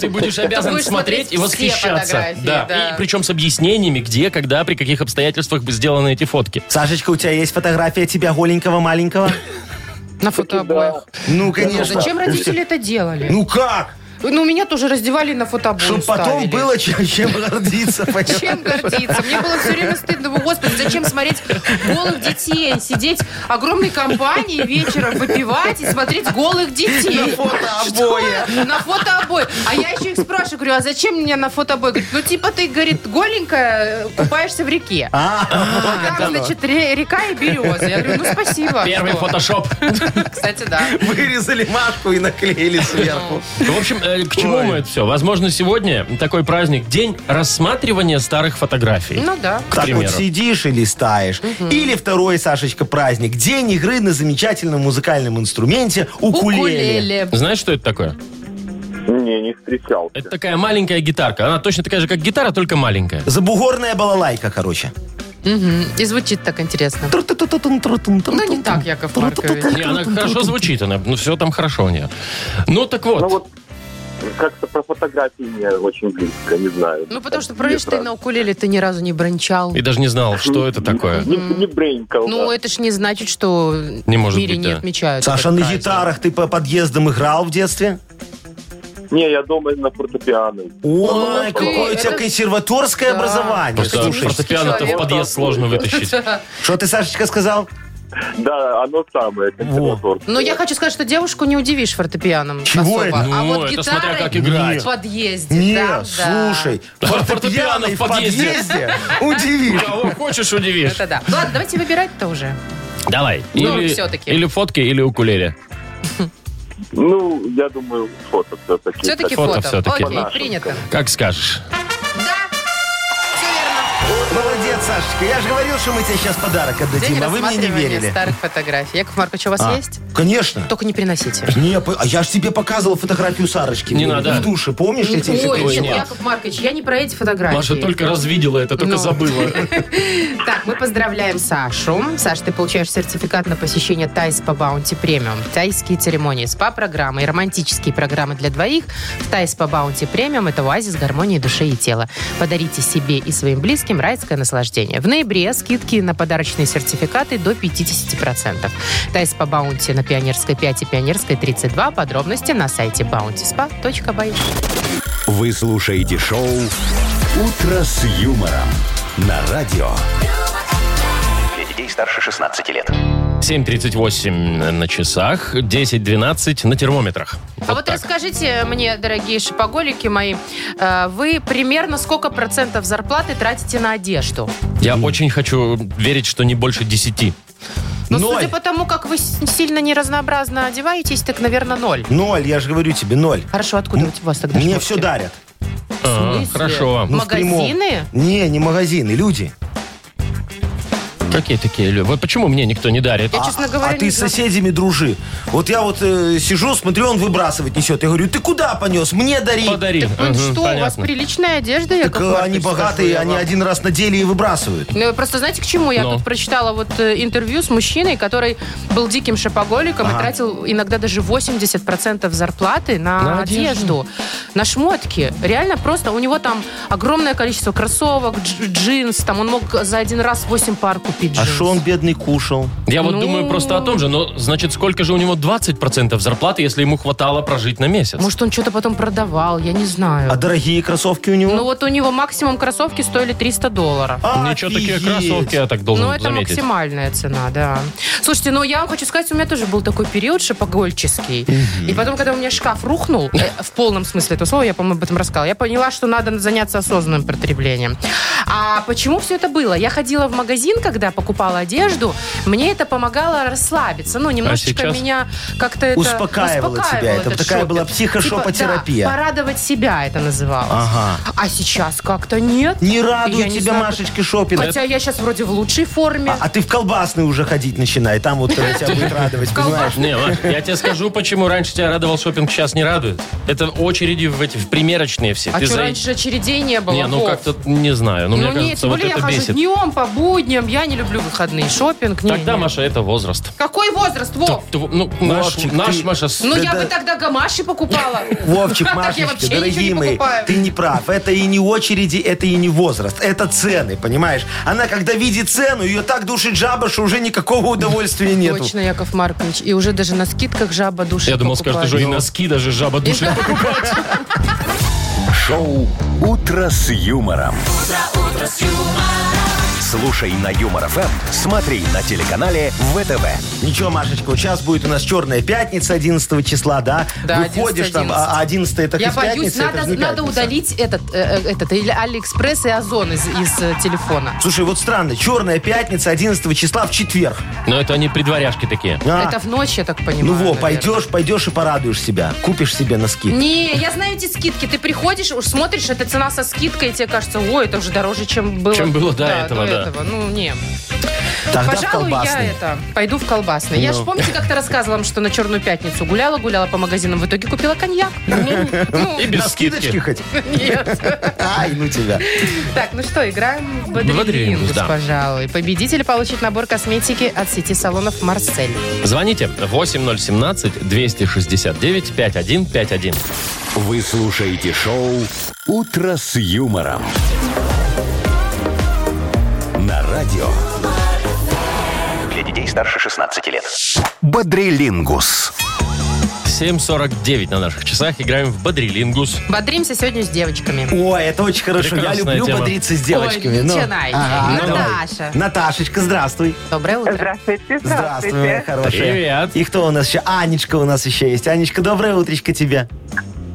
Speaker 2: ты будешь обязан
Speaker 3: Будешь
Speaker 2: смотреть
Speaker 3: смотреть
Speaker 2: и
Speaker 3: все
Speaker 2: восхищаться.
Speaker 3: фотографии,
Speaker 2: Да.
Speaker 3: да.
Speaker 2: И причем с объяснениями, где, когда, при каких обстоятельствах бы сделаны эти фотки.
Speaker 4: Сашечка, у тебя есть фотография тебя голенького маленького?
Speaker 3: На фотообоях.
Speaker 4: Ну, конечно.
Speaker 3: Зачем
Speaker 4: У всех-
Speaker 3: родители это делали?
Speaker 4: Ну как?
Speaker 3: Ну, меня тоже раздевали на фотобой
Speaker 4: Чтобы потом было чем,
Speaker 3: [laughs]
Speaker 4: чем гордиться. понимаешь?
Speaker 3: Чем гордиться? Мне было все время стыдно. Думаю, Господи, зачем смотреть голых детей? Сидеть огромной компанией вечером, выпивать и смотреть голых детей.
Speaker 4: На фотообои.
Speaker 3: Что? На фотообои. А я еще их спрашиваю, говорю, а зачем мне на фотообои? Говорит, ну типа ты, говорит, голенькая, э, купаешься в реке. А там, значит, ре- река и березы. Я говорю, ну спасибо.
Speaker 2: Первый
Speaker 3: Что?
Speaker 2: фотошоп.
Speaker 3: Кстати, да.
Speaker 4: Вырезали матку и наклеили сверху.
Speaker 2: [laughs] В общем, э, к чему мы это все? Возможно, сегодня такой праздник, день рассматривания старых фотографий.
Speaker 3: Ну да.
Speaker 2: К
Speaker 4: Так
Speaker 2: примеру.
Speaker 4: вот сидишь и листаешь. Или второй, Сашечка, праздник. День игры на замечательном музыкальном инструменте укулеле.
Speaker 3: Укулеле.
Speaker 2: Знаешь, что это такое?
Speaker 5: Не, не встречал.
Speaker 2: Это такая маленькая гитарка. Она точно такая же, как гитара, только
Speaker 3: [laughs]
Speaker 2: маленькая.
Speaker 4: Забугорная балалайка, короче.
Speaker 3: Мгм. И звучит так интересно.
Speaker 4: Ну,
Speaker 3: Ну, не так, Яков Маркович.
Speaker 2: Не, она хорошо звучит, она, ну, все там хорошо у нее. Ну, так вот.
Speaker 5: Ну вот как-то про фотографии мне очень близко, не знаю.
Speaker 3: Ну, потому что,
Speaker 5: Мне
Speaker 3: правильно, ты
Speaker 5: правда.
Speaker 3: на укулеле ты ни разу не брончал.
Speaker 2: И даже не знал, что это такое.
Speaker 5: Не, не бренькал,
Speaker 3: Ну,
Speaker 5: да.
Speaker 3: это ж не значит, что
Speaker 2: Не может
Speaker 3: в мире
Speaker 2: быть,
Speaker 3: не
Speaker 2: да.
Speaker 3: отмечают. [laughs]
Speaker 4: Саша,
Speaker 3: этот
Speaker 4: на
Speaker 3: праздник.
Speaker 4: гитарах ты по подъездам играл в детстве?
Speaker 5: Не, я дома на фортепиано.
Speaker 4: Ой,
Speaker 3: ты,
Speaker 4: какое у тебя
Speaker 3: это-
Speaker 4: консерваторское
Speaker 3: Да.
Speaker 4: образование.
Speaker 2: Просто
Speaker 4: Слушай,
Speaker 2: фортепиано-то в
Speaker 5: человек.
Speaker 2: подъезд сложно вытащить.
Speaker 4: что ты, Сашечка, сказал?
Speaker 5: Да, оно самое, консерваторское.
Speaker 3: Но Ну, я хочу сказать, что девушку не удивишь фортепианом
Speaker 4: Чего
Speaker 3: особо.
Speaker 4: это?
Speaker 3: а
Speaker 2: Ну,
Speaker 3: вот
Speaker 2: это
Speaker 3: гитарой
Speaker 2: смотря как играть.
Speaker 3: в подъезде. да,
Speaker 4: Не,
Speaker 3: да.
Speaker 4: слушай,
Speaker 2: Да,
Speaker 4: фортепиано в
Speaker 3: [laughs]
Speaker 4: подъезде
Speaker 2: [laughs]
Speaker 4: удивишь.
Speaker 2: Кого хочешь, удивишь.
Speaker 3: Это да. Ладно, давайте выбирать-то уже.
Speaker 2: Давай.
Speaker 3: Ну,
Speaker 2: Или,
Speaker 3: всё-таки.
Speaker 2: или фотки, или укулеле.
Speaker 5: Ну, я думаю, фото все-таки.
Speaker 3: Все-таки
Speaker 2: Фото
Speaker 3: фото.
Speaker 2: всё-таки.
Speaker 3: Окей, принято.
Speaker 2: Как скажешь.
Speaker 3: Да, все верно.
Speaker 4: Молодец, Сашечка. Я же говорил, что мы тебе сейчас подарок
Speaker 3: День
Speaker 4: отдадим, а вы мне не
Speaker 3: рассматривания
Speaker 4: верили.
Speaker 3: старых фотографий. Яков Маркович, у вас
Speaker 4: А,
Speaker 3: есть?
Speaker 4: Конечно.
Speaker 3: Только не приносите.
Speaker 4: Не, п- а я же тебе показывал фотографию Сарочки.
Speaker 2: Не
Speaker 4: в-
Speaker 2: надо.
Speaker 4: В душе, помнишь? Я тебе
Speaker 3: Ой,
Speaker 4: ещё
Speaker 3: нет,
Speaker 4: присылал?
Speaker 3: Яков Маркович, я не про эти фотографии.
Speaker 2: Маша только развидела это, только
Speaker 3: Ну.
Speaker 2: забыла. [laughs]
Speaker 3: Так, мы поздравляем Сашу. Саш, ты получаешь сертификат на посещение Тайс по Баунти Премиум. Тайские церемонии, СПА-программы и романтические программы для двоих в Тайс по Баунти Премиум – это оазис гармонии души и тела. Подарите себе и своим близким райское наслаждение. В ноябре скидки на подарочные сертификаты до 50%. Тайс по Баунти на Пионерской 5 и Пионерской 32. Подробности на сайте bountyspa.by.
Speaker 1: Вы слушаете шоу «Утро с юмором» на радио.
Speaker 6: Для детей старше 16 лет.
Speaker 2: 7.38 на часах, 10.12 на термометрах.
Speaker 3: А вот
Speaker 2: так.
Speaker 3: расскажите мне, дорогие шопоголики мои, э, вы примерно сколько процентов зарплаты тратите на одежду?
Speaker 2: Я очень хочу верить, что не больше 10.
Speaker 3: Ну,
Speaker 4: Ноль.
Speaker 3: судя по тому, как вы с- сильно неразнообразно одеваетесь, так, наверное, ноль.
Speaker 4: Ноль, я же говорю тебе, ноль.
Speaker 3: Хорошо, откуда у вас тогда
Speaker 4: Мне
Speaker 3: шмотки?
Speaker 4: все дарят.
Speaker 3: В
Speaker 2: А,
Speaker 3: смысле?
Speaker 2: хорошо.
Speaker 4: Ну, в прямом.
Speaker 3: Магазины?
Speaker 4: Не, не магазины, люди.
Speaker 2: Какие такие люди? Вот почему мне никто не дарит?
Speaker 3: Я, честно говоря,
Speaker 4: а ты
Speaker 3: не
Speaker 4: с
Speaker 3: знаю.
Speaker 4: соседями дружи. Вот я вот э, сижу, смотрю, он выбрасывать несет. Я говорю, ты куда понес? Мне дари.
Speaker 2: А, Подари.
Speaker 3: Так, ну,
Speaker 2: Мгм,
Speaker 3: что, у вас
Speaker 2: понятно.
Speaker 3: приличная одежда,
Speaker 4: Так
Speaker 3: Яков
Speaker 4: э,
Speaker 3: Маркович,
Speaker 4: они
Speaker 3: скажу
Speaker 4: богатые,
Speaker 3: я
Speaker 4: они
Speaker 3: вам.
Speaker 4: один раз надели и выбрасывают.
Speaker 3: Ну, вы просто знаете, к чему? Я
Speaker 2: Ну.
Speaker 3: тут прочитала вот э, интервью с мужчиной, который был диким шопоголиком и
Speaker 4: Ага.
Speaker 3: тратил иногда даже 80% зарплаты на,
Speaker 2: На одежду.
Speaker 3: одежду. на шмотки. Реально просто у него там огромное количество кроссовок, дж- джинс, там он мог за один раз 8 пар купить
Speaker 4: А
Speaker 3: джинс.
Speaker 4: что он, бедный, кушал?
Speaker 2: Я вот
Speaker 3: Ну.
Speaker 2: думаю просто о том же, но значит, сколько же у него 20% зарплаты, если ему хватало прожить на месяц?
Speaker 3: Может, он что-то потом продавал, я не знаю.
Speaker 4: А дорогие кроссовки у него? А,
Speaker 3: Ну вот у него максимум кроссовки стоили 300 долларов.
Speaker 2: Ничего, такие кроссовки, я так должен
Speaker 3: Ну, это
Speaker 2: заметить.
Speaker 3: максимальная цена, да. Слушайте, ну я вам хочу сказать, у меня тоже был такой период шапогольческий. И потом, когда у меня шкаф рухнул, э, в полном смысле этого слова, я, по-моему, об этом рассказала, я поняла, что надо заняться осознанным потреблением. А почему все это было? Я ходила в магазин, когда покупала одежду, мне это помогало расслабиться. Ну, немножечко
Speaker 2: сейчас?
Speaker 3: меня как-то это...
Speaker 4: Успокаивало тебя
Speaker 3: успокаивал
Speaker 4: это.
Speaker 3: этот
Speaker 4: Такая
Speaker 3: шопинг.
Speaker 4: была психошопотерапия.
Speaker 3: Типа, да, порадовать себя это называлось.
Speaker 4: Ага.
Speaker 3: А сейчас как-то нет.
Speaker 4: Не радует
Speaker 3: Я не
Speaker 4: тебя,
Speaker 3: знаю,
Speaker 4: Машечка, шопинг.
Speaker 3: Хотя я сейчас вроде в лучшей форме.
Speaker 4: А, а ты в колбасный уже ходить начинай. Там вот э, тебя будет радовать, понимаешь?
Speaker 2: Не, Маш, я тебе скажу, почему раньше тебя радовал шопинг, сейчас не радует. Это очереди в эти в примерочные все.
Speaker 3: А
Speaker 2: Ты
Speaker 3: что,
Speaker 2: за-
Speaker 3: раньше очередей не было?
Speaker 2: Не, ну
Speaker 3: Вов?
Speaker 2: как-то не знаю. Ну,
Speaker 3: Ну,
Speaker 2: мне
Speaker 3: нет,
Speaker 2: кажется,
Speaker 3: тем
Speaker 2: вот
Speaker 3: более я
Speaker 2: это
Speaker 3: хожу
Speaker 2: бесит.
Speaker 3: днем, по будням, я не люблю выходные, шопинг. не,
Speaker 2: Тогда,
Speaker 3: не.
Speaker 2: Маша, это возраст.
Speaker 3: Какой возраст, Вов?
Speaker 2: Тв- Ну, наш,
Speaker 4: Машечка,
Speaker 2: наш,
Speaker 4: ты-
Speaker 2: Маша, с-
Speaker 3: Ну, я
Speaker 4: Да-да.
Speaker 3: бы тогда гамаши покупала.
Speaker 4: [laughs]
Speaker 3: [laughs]
Speaker 4: Вовчик,
Speaker 3: Так я вообще
Speaker 4: Машечка,
Speaker 3: ничего не
Speaker 4: дорогие мои,
Speaker 3: покупаю.
Speaker 4: ты не прав. Это и не очереди, это и не возраст. Это цены, понимаешь? Она, когда видит цену, ее так душит жаба, что уже никакого удовольствия нету.
Speaker 3: Точно, Яков Маркович. И уже даже на скидках жаба душит.
Speaker 2: Я думал, скажешь, ты же и
Speaker 4: Ну,
Speaker 2: носки даже жаба
Speaker 3: Ну,
Speaker 2: душит.
Speaker 1: Шоу «Утро с юмором». Слушай на Юмор ФМ, смотри на телеканале ВТВ.
Speaker 4: Ничего, Машечка, вот сейчас будет у нас черная пятница 11 числа, да?
Speaker 3: Да,
Speaker 4: Выходишь там, а 11 это
Speaker 3: Я
Speaker 4: из пятницы,
Speaker 3: боюсь,
Speaker 4: это
Speaker 3: надо,
Speaker 4: же не
Speaker 3: надо
Speaker 4: пятница.
Speaker 3: удалить этот, э, э, этот, или Алиэкспресс и Озон из, из, э, телефона.
Speaker 4: Слушай, вот странно, черная пятница 11 числа в четверг.
Speaker 2: Но это они предваряшки такие.
Speaker 4: А,
Speaker 3: Это в ночь, я так понимаю.
Speaker 4: ну во,
Speaker 3: наверное.
Speaker 4: пойдешь, пойдешь и порадуешь себя. Купишь себе носки.
Speaker 3: Не, я знаю эти скидки. Ты приходишь, уж смотришь, это цена со скидкой, и тебе кажется, ой, это уже дороже, чем было.
Speaker 2: Чем было до этого, да.
Speaker 3: Ну, не.
Speaker 4: Тогда в
Speaker 3: Пожалуй, я
Speaker 4: колбасный. Ну.
Speaker 3: это пойду в колбасный. Я же, помните, как-то рассказывала вам, что на Черную Пятницу гуляла, гуляла по магазинам, в итоге купила коньяк. Ну,
Speaker 2: И без
Speaker 4: На скидочке
Speaker 2: скидки.
Speaker 4: хоть?
Speaker 3: нет.
Speaker 4: [laughs] Ай, ну тебя.
Speaker 3: Так, ну что, играем в
Speaker 2: Бодрилингус,
Speaker 3: Бодрилингус,
Speaker 2: да.
Speaker 3: пожалуй. Победитель получит набор косметики от сети салонов «Марсель».
Speaker 2: Звоните 8017-269-5151.
Speaker 1: Вы слушаете шоу «Утро с юмором». На радио
Speaker 6: Для детей старше 16 лет.
Speaker 1: «Бодрилингус».
Speaker 2: 7.49 на наших часах. Играем в Бодрилингус.
Speaker 3: Бодримся сегодня с девочками.
Speaker 4: О, это очень хорошо. Я
Speaker 2: Прекрасная
Speaker 4: люблю
Speaker 2: тема.
Speaker 4: бодриться с девочками.
Speaker 3: Ой,
Speaker 4: Ну,
Speaker 3: начинай.
Speaker 4: ага. Ну,
Speaker 3: Наташа.
Speaker 4: Наташечка, здравствуй.
Speaker 3: Доброе утро.
Speaker 7: Здравствуйте,
Speaker 4: Здравствуй, моя
Speaker 7: здравствуйте.
Speaker 4: хорошая.
Speaker 2: Привет.
Speaker 4: И кто у нас еще? Анечка у нас еще есть. Анечка, доброе утречко тебе.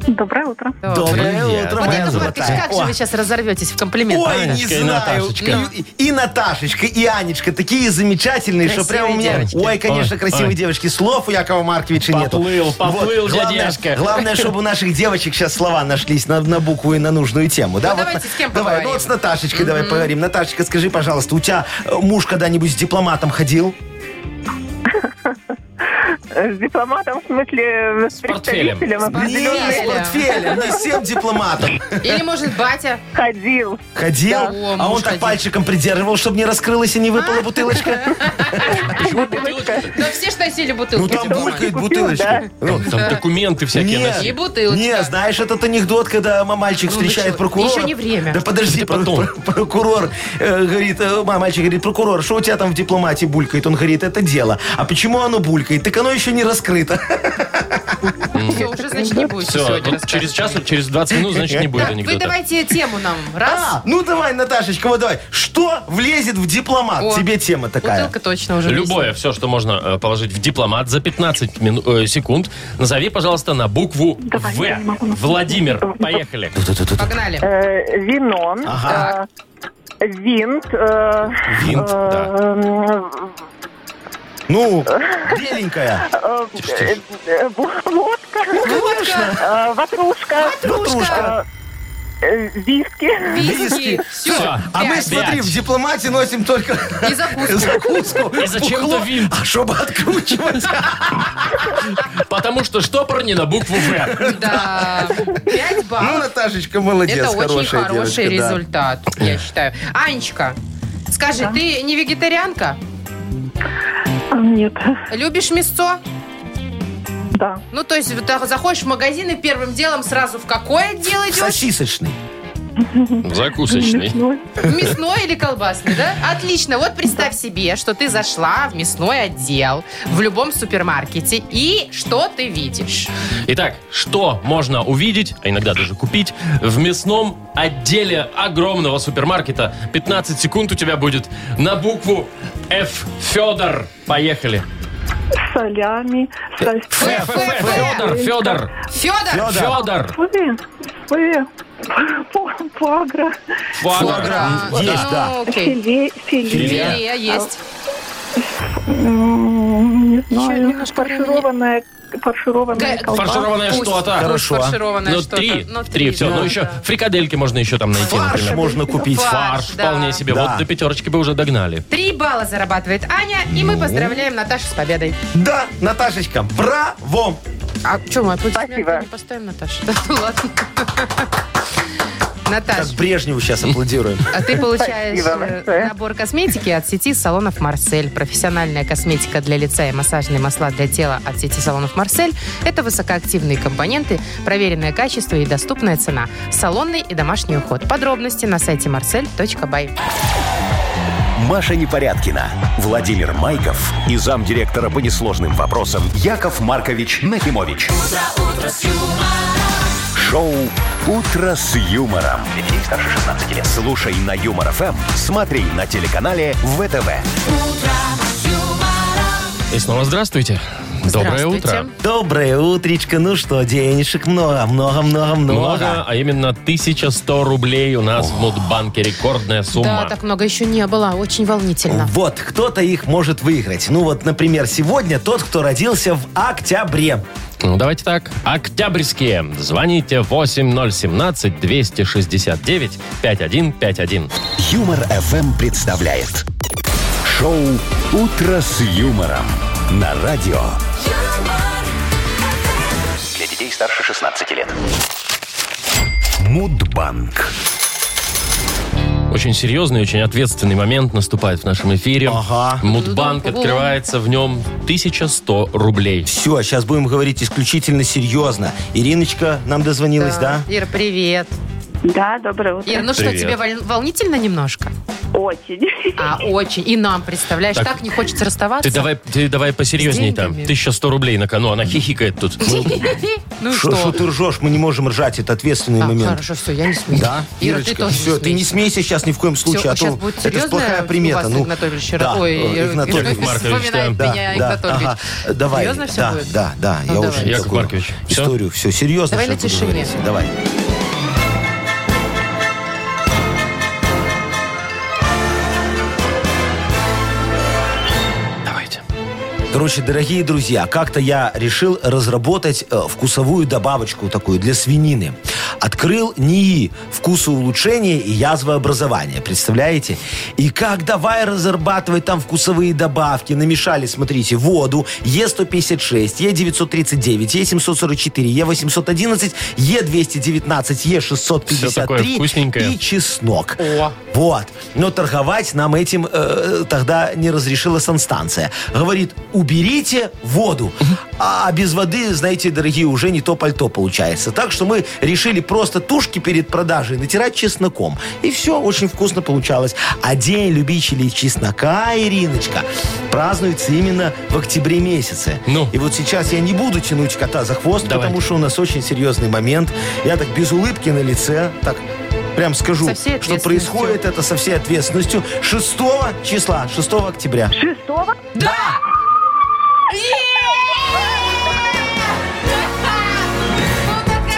Speaker 7: Доброе утро.
Speaker 4: Доброе
Speaker 2: Привет.
Speaker 4: утро,
Speaker 3: Вот,
Speaker 4: моя
Speaker 3: Яков Маркович,
Speaker 4: золотая.
Speaker 3: как же
Speaker 4: О.
Speaker 3: вы сейчас разорветесь в комплиментах?
Speaker 4: Ой, не
Speaker 2: Анечка и
Speaker 4: знаю.
Speaker 2: Наташечка.
Speaker 4: Ну, И, и Наташечка, и Анечка такие замечательные, что
Speaker 3: Красивые
Speaker 4: прямо у меня...
Speaker 3: девочки.
Speaker 4: Ой, конечно,
Speaker 2: Ой,
Speaker 4: красивые
Speaker 2: ой.
Speaker 4: девочки. Слов у Якова Марковича нету.
Speaker 2: Поплыл, поплыл,
Speaker 4: главное,
Speaker 2: дядяшка.
Speaker 4: Главное, чтобы у наших девочек сейчас слова нашлись на, на букву и на нужную тему. Да?
Speaker 3: Ну,
Speaker 4: Вот
Speaker 3: давайте
Speaker 4: на-
Speaker 3: с кем
Speaker 4: Давай, ну
Speaker 3: поговорим.
Speaker 4: вот с Наташечкой давай поговорим. Наташечка, скажи, пожалуйста, у тебя э, муж когда-нибудь с дипломатом ходил?
Speaker 7: Э, С дипломатом, в смысле, э, с
Speaker 2: портфелем.
Speaker 7: представителем
Speaker 4: Не, с
Speaker 3: Портфелем.
Speaker 7: определенным
Speaker 4: портфелем, не с тем дипломатом.
Speaker 3: Или, может, батя?
Speaker 7: ходил.
Speaker 4: Ходил,
Speaker 3: Да. О,
Speaker 4: а
Speaker 3: муж
Speaker 4: он так
Speaker 3: ходил. А?
Speaker 4: пальчиком придерживал, чтобы не раскрылась и не выпала бутылочка.
Speaker 7: Бутылочка.
Speaker 3: Да все ж носили
Speaker 4: Ну
Speaker 3: бутылки.
Speaker 4: там булькает
Speaker 7: купил,
Speaker 4: бутылочка. Ну,
Speaker 2: Там документы всякие
Speaker 4: Нет.
Speaker 2: носили.
Speaker 3: И бутылочка.
Speaker 4: Не, знаешь, этот анекдот, когда м- мальчик
Speaker 3: Ну, вы
Speaker 4: встречает
Speaker 3: чё,
Speaker 4: прокурора.
Speaker 3: еще не время.
Speaker 4: Да подожди,
Speaker 2: Это потом.
Speaker 4: пр- пр- прокурор э, говорит, э, ма- мальчик говорит, прокурор, что у тебя там в дипломатии булькает? Он говорит, это дело. А почему оно булькает? Так оно еще не раскрыто.
Speaker 3: Все, уже, значит, не будет
Speaker 2: Все,
Speaker 3: сегодня
Speaker 2: тут через час, через 20 минут, значит, не будет
Speaker 3: Так, вы
Speaker 2: анекдота.
Speaker 3: давайте тему нам. Раз.
Speaker 4: А, [laughs] ну давай, Наташечка, вот давай. Что влезет в дипломат?
Speaker 3: О,
Speaker 4: А, Тебе тема такая.
Speaker 3: Бутылка точно уже.
Speaker 2: Любое, все, что можно э, положить в дипломат за 15 мину- э, секунд, назови, пожалуйста, на букву
Speaker 7: Давай, я не
Speaker 2: В.
Speaker 7: могу на-
Speaker 2: Владимир,
Speaker 7: [laughs]
Speaker 2: поехали.
Speaker 3: есть. Погнали.
Speaker 7: Э, Вино.
Speaker 4: Ага.
Speaker 7: э, Винт. э,
Speaker 2: Винт,
Speaker 7: э,
Speaker 4: Ну, беленькая.
Speaker 7: э, э, э, Водка.
Speaker 4: Конечно.
Speaker 7: э, Ватрушка.
Speaker 4: Ватрушка.
Speaker 7: э, Виски.
Speaker 3: Виски.
Speaker 4: виски.
Speaker 2: Всё.
Speaker 3: Все.
Speaker 4: А мы, смотри, в дипломате носим только
Speaker 3: И
Speaker 4: [laughs]
Speaker 3: закуску.
Speaker 4: закуску.
Speaker 2: И зачем-то
Speaker 4: пухло,
Speaker 2: винт. [laughs]
Speaker 4: А чтобы откручивать.
Speaker 2: Потому что штопор не на букву В.
Speaker 3: Да. Пять
Speaker 4: Ну,
Speaker 3: баллов.
Speaker 4: Наташечка, молодец,
Speaker 3: Это очень
Speaker 4: хорошая
Speaker 3: хороший
Speaker 4: девочка, да.
Speaker 3: результат, я считаю. Анечка, скажи, ты не вегетарианка?
Speaker 7: Нет.
Speaker 3: Любишь мясо?
Speaker 7: Да.
Speaker 3: Ну, то есть, вот так заходишь в магазин и первым делом сразу в какое дело идешь?
Speaker 4: Сосисочный.
Speaker 2: Закусочный.
Speaker 7: Мясной.
Speaker 3: В мясной или колбасный, да? Отлично. Вот представь себе, что ты зашла в мясной отдел в любом супермаркете. И что ты видишь?
Speaker 2: Итак, что можно увидеть, а иногда даже купить, в мясном отделе огромного супермаркета? 15 секунд у тебя будет на букву F. Федор. Поехали.
Speaker 7: Солями. Сосиски.
Speaker 2: Ф, Ф, Федор, Федор,
Speaker 3: Федор!
Speaker 2: Федор.
Speaker 7: Фы. Пагра.
Speaker 2: Фагра.
Speaker 3: Федор.
Speaker 4: Ну, Есть, да.
Speaker 3: Ну, Окей.
Speaker 7: Филе. Филе.
Speaker 3: Филе есть.
Speaker 2: А,
Speaker 7: М, Не знаю.
Speaker 3: немножко времени.
Speaker 7: Фаршированная, фаршированная
Speaker 3: Га-
Speaker 7: колбаса.
Speaker 2: Фаршированное
Speaker 3: Пусть.
Speaker 2: что-то.
Speaker 4: Хорошо.
Speaker 3: Фаршированное
Speaker 2: Ну,
Speaker 3: что-то.
Speaker 2: три.
Speaker 3: Ну,
Speaker 2: Три, все.
Speaker 3: да,
Speaker 2: Ну,
Speaker 3: да.
Speaker 2: еще фрикадельки можно еще там найти,
Speaker 4: Фарш
Speaker 2: например.
Speaker 4: можно купить.
Speaker 3: Фарш.
Speaker 2: Фарш,
Speaker 3: да.
Speaker 2: вполне себе.
Speaker 4: Да.
Speaker 2: Вот до пятерочки бы уже догнали.
Speaker 3: Три балла зарабатывает Аня, и
Speaker 2: Ну.
Speaker 3: мы поздравляем Наташу с победой.
Speaker 4: Да, Наташечка, браво!
Speaker 3: А что, мы аплодисменты
Speaker 7: Спасибо.
Speaker 3: [laughs] не поставим, Наташа? Да, ну ладно. Наташ,
Speaker 4: Как Брежневу сейчас аплодируем.
Speaker 3: а ты получаешь
Speaker 7: Спасибо
Speaker 3: э,
Speaker 7: большое.
Speaker 3: набор косметики от сети салонов «Марсель». Профессиональная косметика для лица и массажные масла для тела от сети салонов «Марсель» – это высокоактивные компоненты, проверенное качество и доступная цена. Салонный и домашний уход. Подробности на сайте marsel.by.
Speaker 1: Маша Непорядкина, Владимир Майков и замдиректора по несложным вопросам Яков Маркович Нахимович. Шоу Утро с юмором.
Speaker 6: Для детей старше 16 лет.
Speaker 1: Слушай на юмор ФМ, смотри на телеканале ВТВ.
Speaker 2: И снова здравствуйте. Доброе
Speaker 3: Здравствуйте.
Speaker 2: утро.
Speaker 4: [laughs] Доброе утречко. Ну что, денежек много, много, много,
Speaker 2: Много,
Speaker 4: много.
Speaker 2: а именно 1100 рублей у нас в Мудбанке. Рекордная
Speaker 3: Да,
Speaker 2: сумма.
Speaker 3: так много еще не было. Очень волнительно.
Speaker 4: Вот, кто-то их может выиграть. Ну вот, например, сегодня тот, кто родился в октябре.
Speaker 2: Ну, давайте так. Октябрьские. Звоните 8017-269-5151.
Speaker 1: Юмор ФМ представляет шоу Утро с юмором на радио.
Speaker 6: Для детей старше 16 лет.
Speaker 1: Мудбанк.
Speaker 2: Очень серьезный, очень ответственный момент наступает в нашем эфире.
Speaker 4: Ага.
Speaker 2: Мудбанк
Speaker 3: Ну да.
Speaker 2: открывается, в нем 1100 рублей.
Speaker 4: Все, сейчас будем говорить исключительно серьезно. Ириночка нам дозвонилась, да?
Speaker 3: Ира, привет.
Speaker 7: Да, доброе утро.
Speaker 3: Ир, ну
Speaker 2: Привет.
Speaker 3: что, тебе вол- волнительно немножко?
Speaker 7: Очень.
Speaker 3: А, очень. И нам, представляешь,
Speaker 2: Так,
Speaker 3: так, не хочется расставаться.
Speaker 2: Ты давай, ты давай посерьезней
Speaker 3: С
Speaker 2: там.
Speaker 3: деньгами.
Speaker 2: 1100 рублей на кону, она хихикает
Speaker 3: [laughs]
Speaker 2: тут.
Speaker 3: Ну и
Speaker 4: Что
Speaker 3: что?
Speaker 4: что ты ржешь? Мы не можем ржать, это ответственный
Speaker 3: А,
Speaker 4: момент.
Speaker 3: хорошо, все, я не смеюсь.
Speaker 4: Да,
Speaker 3: Ира,
Speaker 4: Ирочка,
Speaker 3: ты тоже
Speaker 4: все, ты не
Speaker 3: смейся.
Speaker 4: смейся сейчас ни в коем случае,
Speaker 3: Всё,
Speaker 4: а
Speaker 3: щас
Speaker 4: то
Speaker 3: будет
Speaker 4: это же
Speaker 3: серьезная
Speaker 4: плохая примета.
Speaker 3: у вас,
Speaker 4: ну,
Speaker 3: Игнатольевич,
Speaker 4: да, э,
Speaker 3: ой, Ир-
Speaker 4: Игнатольевич,
Speaker 3: Игнатольевич
Speaker 2: Маркович,
Speaker 3: вспоминает
Speaker 4: да,
Speaker 3: меня,
Speaker 4: да,
Speaker 3: Игнатольевич.
Speaker 4: ага, давай,
Speaker 3: Серьезно все
Speaker 4: да,
Speaker 3: будет?
Speaker 4: да, да,
Speaker 3: Ну,
Speaker 4: я
Speaker 3: давай.
Speaker 4: очень
Speaker 2: Яков
Speaker 4: такую
Speaker 2: Маркович, всё?
Speaker 4: историю, все серьезно.
Speaker 3: Давай
Speaker 4: сейчас
Speaker 3: на
Speaker 4: буду говорить.
Speaker 3: тишине.
Speaker 4: Давай.
Speaker 2: Давайте.
Speaker 4: Короче, дорогие друзья, как-то я решил разработать э, вкусовую добавочку такую для свинины. Открыл НИИ вкусоулучшение и язвообразование, представляете? И как давай разрабатывать там вкусовые добавки, намешали, смотрите, воду Е156, Е939, Е744, Е811, Е219,
Speaker 2: Всё такое
Speaker 4: Е653
Speaker 2: вкусненькое.
Speaker 4: и чеснок.
Speaker 3: О.
Speaker 4: Вот. Но торговать нам этим э, тогда не разрешила санстанция. Говорит, уберите воду. А без воды, знаете, дорогие, уже не то пальто получается. Так что мы решили просто тушки перед продажей натирать чесноком. И все, очень вкусно получалось. А День любителей чеснока, Ириночка, празднуется именно в октябре месяце.
Speaker 2: Ну?
Speaker 4: И вот сейчас я не буду тянуть кота за хвост,
Speaker 2: Давай.
Speaker 4: потому что у нас очень серьезный момент. Я так без улыбки на лице, так прям скажу,
Speaker 3: Со всей
Speaker 4: Ну, что
Speaker 3: ответственностью.
Speaker 4: происходит это со всей ответственностью 6 числа, 6 октября.
Speaker 7: Шестого?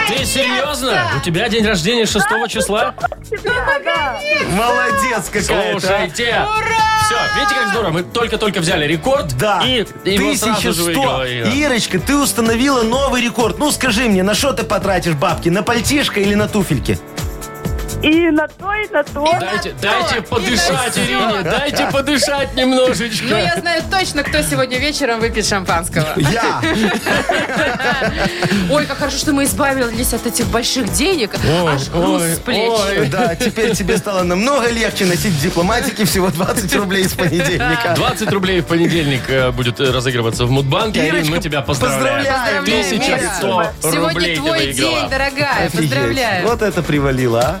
Speaker 2: Ты серьезно? У тебя день рождения 6 числа?
Speaker 4: Молодец какая-то. а.
Speaker 2: Слушайте! Все, видите, как здорово? Мы только-только взяли рекорд.
Speaker 4: Да,
Speaker 2: И его сразу же
Speaker 4: 1100.
Speaker 2: выиграла Ира.
Speaker 4: Ирочка, ты установила новый рекорд. Ну скажи мне, на что ты потратишь бабки? На пальтишко или на туфельки?
Speaker 7: И на то, и на то.
Speaker 2: Дайте,
Speaker 3: на
Speaker 2: дайте
Speaker 3: то,
Speaker 2: подышать,
Speaker 3: и на всё.
Speaker 2: Ирине, дайте подышать немножечко.
Speaker 3: Ну, я знаю точно, кто сегодня вечером выпьет
Speaker 4: [laughs]
Speaker 3: шампанского.
Speaker 4: Я.
Speaker 3: Ой, как хорошо, что мы избавились от этих больших денег.
Speaker 2: Ой,
Speaker 3: Ну, Аж груз
Speaker 2: ой,
Speaker 3: с плеч.
Speaker 2: ой.
Speaker 4: Да, теперь тебе стало намного легче носить в дипломатике всего 20 рублей с понедельника.
Speaker 2: 20 рублей в понедельник э, будет э, разыгрываться в Мудбанке. Ирин, мы
Speaker 4: Ирочка,
Speaker 2: тебя поздравляем.
Speaker 4: поздравляем.
Speaker 3: Поздравляем,
Speaker 2: 1100 рублей
Speaker 3: Ира. Сегодня
Speaker 2: ты
Speaker 3: твой
Speaker 2: выиграла.
Speaker 3: день, дорогая.
Speaker 4: Офигеть.
Speaker 3: Поздравляю.
Speaker 4: Вот это привалило, а?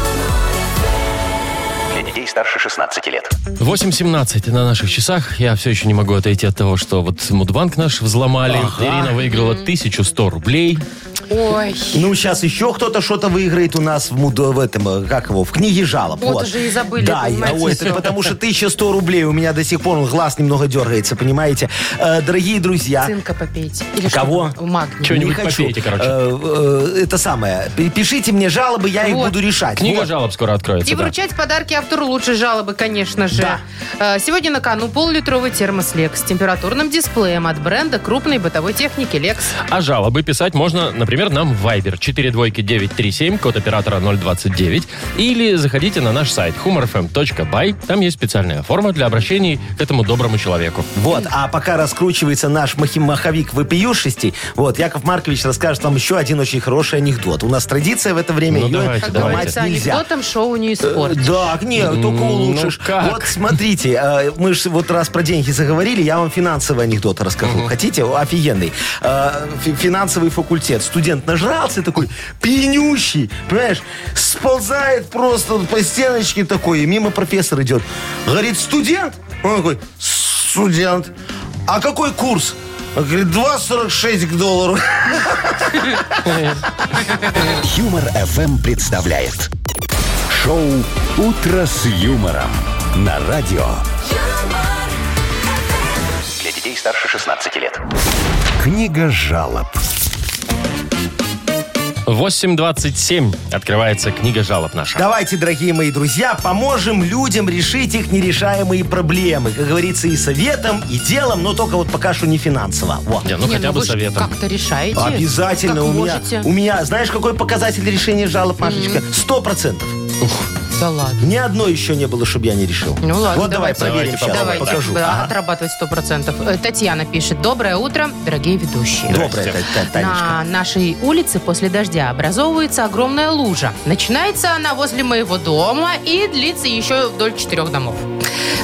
Speaker 6: Для детей старше 16 лет.
Speaker 2: 8.17 на наших часах. Я все еще не могу отойти от того, что вот Мудбанк наш взломали. Ирина выиграла 1100 рублей.
Speaker 3: Ой.
Speaker 4: Ну, сейчас еще кто-то что-то выиграет у нас в, муд- в этом, э, как его, в книге жалоб.
Speaker 3: Вот уже и забыли,
Speaker 4: Да, я-
Speaker 3: понимаете,
Speaker 4: ой, это
Speaker 3: всё.
Speaker 4: потому что 1100 рублей у меня до сих пор, он глаз немного дергается, понимаете? Э, дорогие друзья,
Speaker 3: Цинка попейте. Или
Speaker 4: Кого?
Speaker 3: что-то. Магний.
Speaker 2: Чё,
Speaker 4: не
Speaker 2: Что-нибудь
Speaker 4: хочу.
Speaker 2: попейте, короче.
Speaker 4: Э, э, это самое, пи- пишите мне жалобы, я их
Speaker 3: Вот.
Speaker 4: буду решать.
Speaker 2: Книга
Speaker 4: Вот.
Speaker 2: жалоб скоро откроется.
Speaker 3: И
Speaker 2: да.
Speaker 3: вручать подарки автору лучше жалобы, конечно же. Э, Сегодня на кону пол-литровый термос Lex с температурным дисплеем от бренда крупной бытовой техники Lex.
Speaker 2: А жалобы писать можно, например, нам в Viber 42937, код оператора 029, или заходите на наш сайт humorfm.by. Там есть специальная форма для обращений к этому доброму человеку.
Speaker 4: Вот, а пока раскручивается наш махи- маховик вопиюшести, вот, Яков Маркович расскажет вам еще один очень хороший анекдот. У нас традиция в это время,
Speaker 2: Ну,
Speaker 4: ее
Speaker 2: давайте,
Speaker 4: ломать
Speaker 2: давайте.
Speaker 3: Говорится,
Speaker 4: нельзя.
Speaker 3: анекдотом шоу не испортишь.
Speaker 4: Э, Да, не, только улучшишь.
Speaker 2: как?
Speaker 4: Вот смотрите, э, мы же вот раз про деньги заговорили, я вам финансовый анекдот расскажу. Хотите? О, Офигенный. Э, фи- Финансовый факультет. Студент нажрался такой, пьянющий, понимаешь, сползает просто по стеночке такой, и мимо профессор идет. Говорит, студент? Он такой, студент. А какой курс? Он говорит, 2,46 к доллару.
Speaker 1: Юмор FM представляет шоу Утро с юмором на радио.
Speaker 6: Для детей старше 16 лет.
Speaker 1: Книга жалоб.
Speaker 2: 8.27 открывается книга жалоб наша.
Speaker 4: Давайте, дорогие мои друзья, поможем людям решить их нерешаемые проблемы. Как говорится, и советом, и делом, но только вот пока что не финансово. Во.
Speaker 2: Не, ну
Speaker 3: Не,
Speaker 2: хотя
Speaker 3: ну
Speaker 2: бы
Speaker 3: вы ж
Speaker 2: советом.
Speaker 3: Как-то решаете.
Speaker 4: Обязательно
Speaker 3: как
Speaker 4: у меня.
Speaker 3: можете.
Speaker 4: У меня, знаешь, какой показатель решения жалоб, Машечка? Сто процентов.
Speaker 3: Да ладно.
Speaker 4: Ни одно еще не было, чтобы я не решил.
Speaker 3: Ну ладно,
Speaker 4: вот давай,
Speaker 3: давайте.
Speaker 4: проверим сейчас.
Speaker 3: Давайте,
Speaker 4: покажу.
Speaker 3: да,
Speaker 4: Ага.
Speaker 3: отрабатывать сто процентов. Э, Татьяна пишет. Доброе утро, дорогие ведущие.
Speaker 4: Доброе, Та- Та- Танечка.
Speaker 3: На нашей улице после дождя образовывается огромная лужа. Начинается она возле моего дома и длится еще вдоль четырех домов.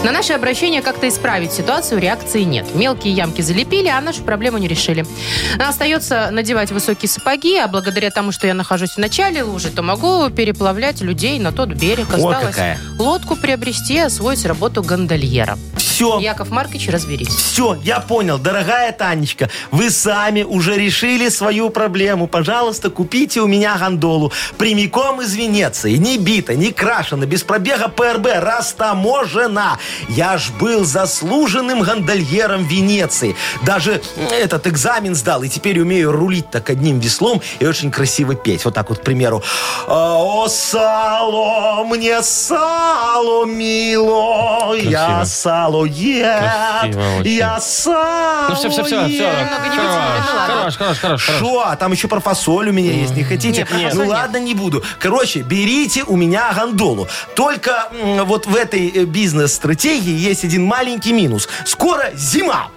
Speaker 3: На наше обращение как-то исправить ситуацию реакции нет. Мелкие ямки залепили, а нашу проблему не решили. Остается надевать высокие сапоги, а благодаря тому, что я нахожусь в начале лужи, то могу переплавлять людей на тот берег.
Speaker 4: О,
Speaker 3: Осталось
Speaker 4: какая.
Speaker 3: лодку приобрести, освоить работу гондольера.
Speaker 4: Все.
Speaker 3: Яков Маркович, разберитесь.
Speaker 4: Все, я понял. Дорогая Танечка, вы сами уже решили свою проблему. Пожалуйста, купите у меня гондолу. Прямиком из Венеции. Не бита, не крашена, без пробега ПРБ. Растаможена. Я ж был заслуженным гондольером Венеции. Даже м, этот экзамен сдал. И теперь умею рулить так одним веслом и очень красиво петь. Вот так вот, к примеру. «А, О, сало, мне сало мило. Я
Speaker 2: Красиво.
Speaker 4: сало ем.
Speaker 2: Красиво очень.
Speaker 4: Я сам.
Speaker 2: Ну все, все, все, все.
Speaker 3: Много не вытянули, ну ладно.
Speaker 2: Хорош, хорош, хорош, хорош.
Speaker 4: Шо, а там еще про фасоль у меня есть, не хотите?
Speaker 3: Нет, нет.
Speaker 4: ну ладно, не буду. Короче, берите у меня гондолу. Только м, вот в этой э, бизнес-стратегии есть один маленький минус. Скоро зима.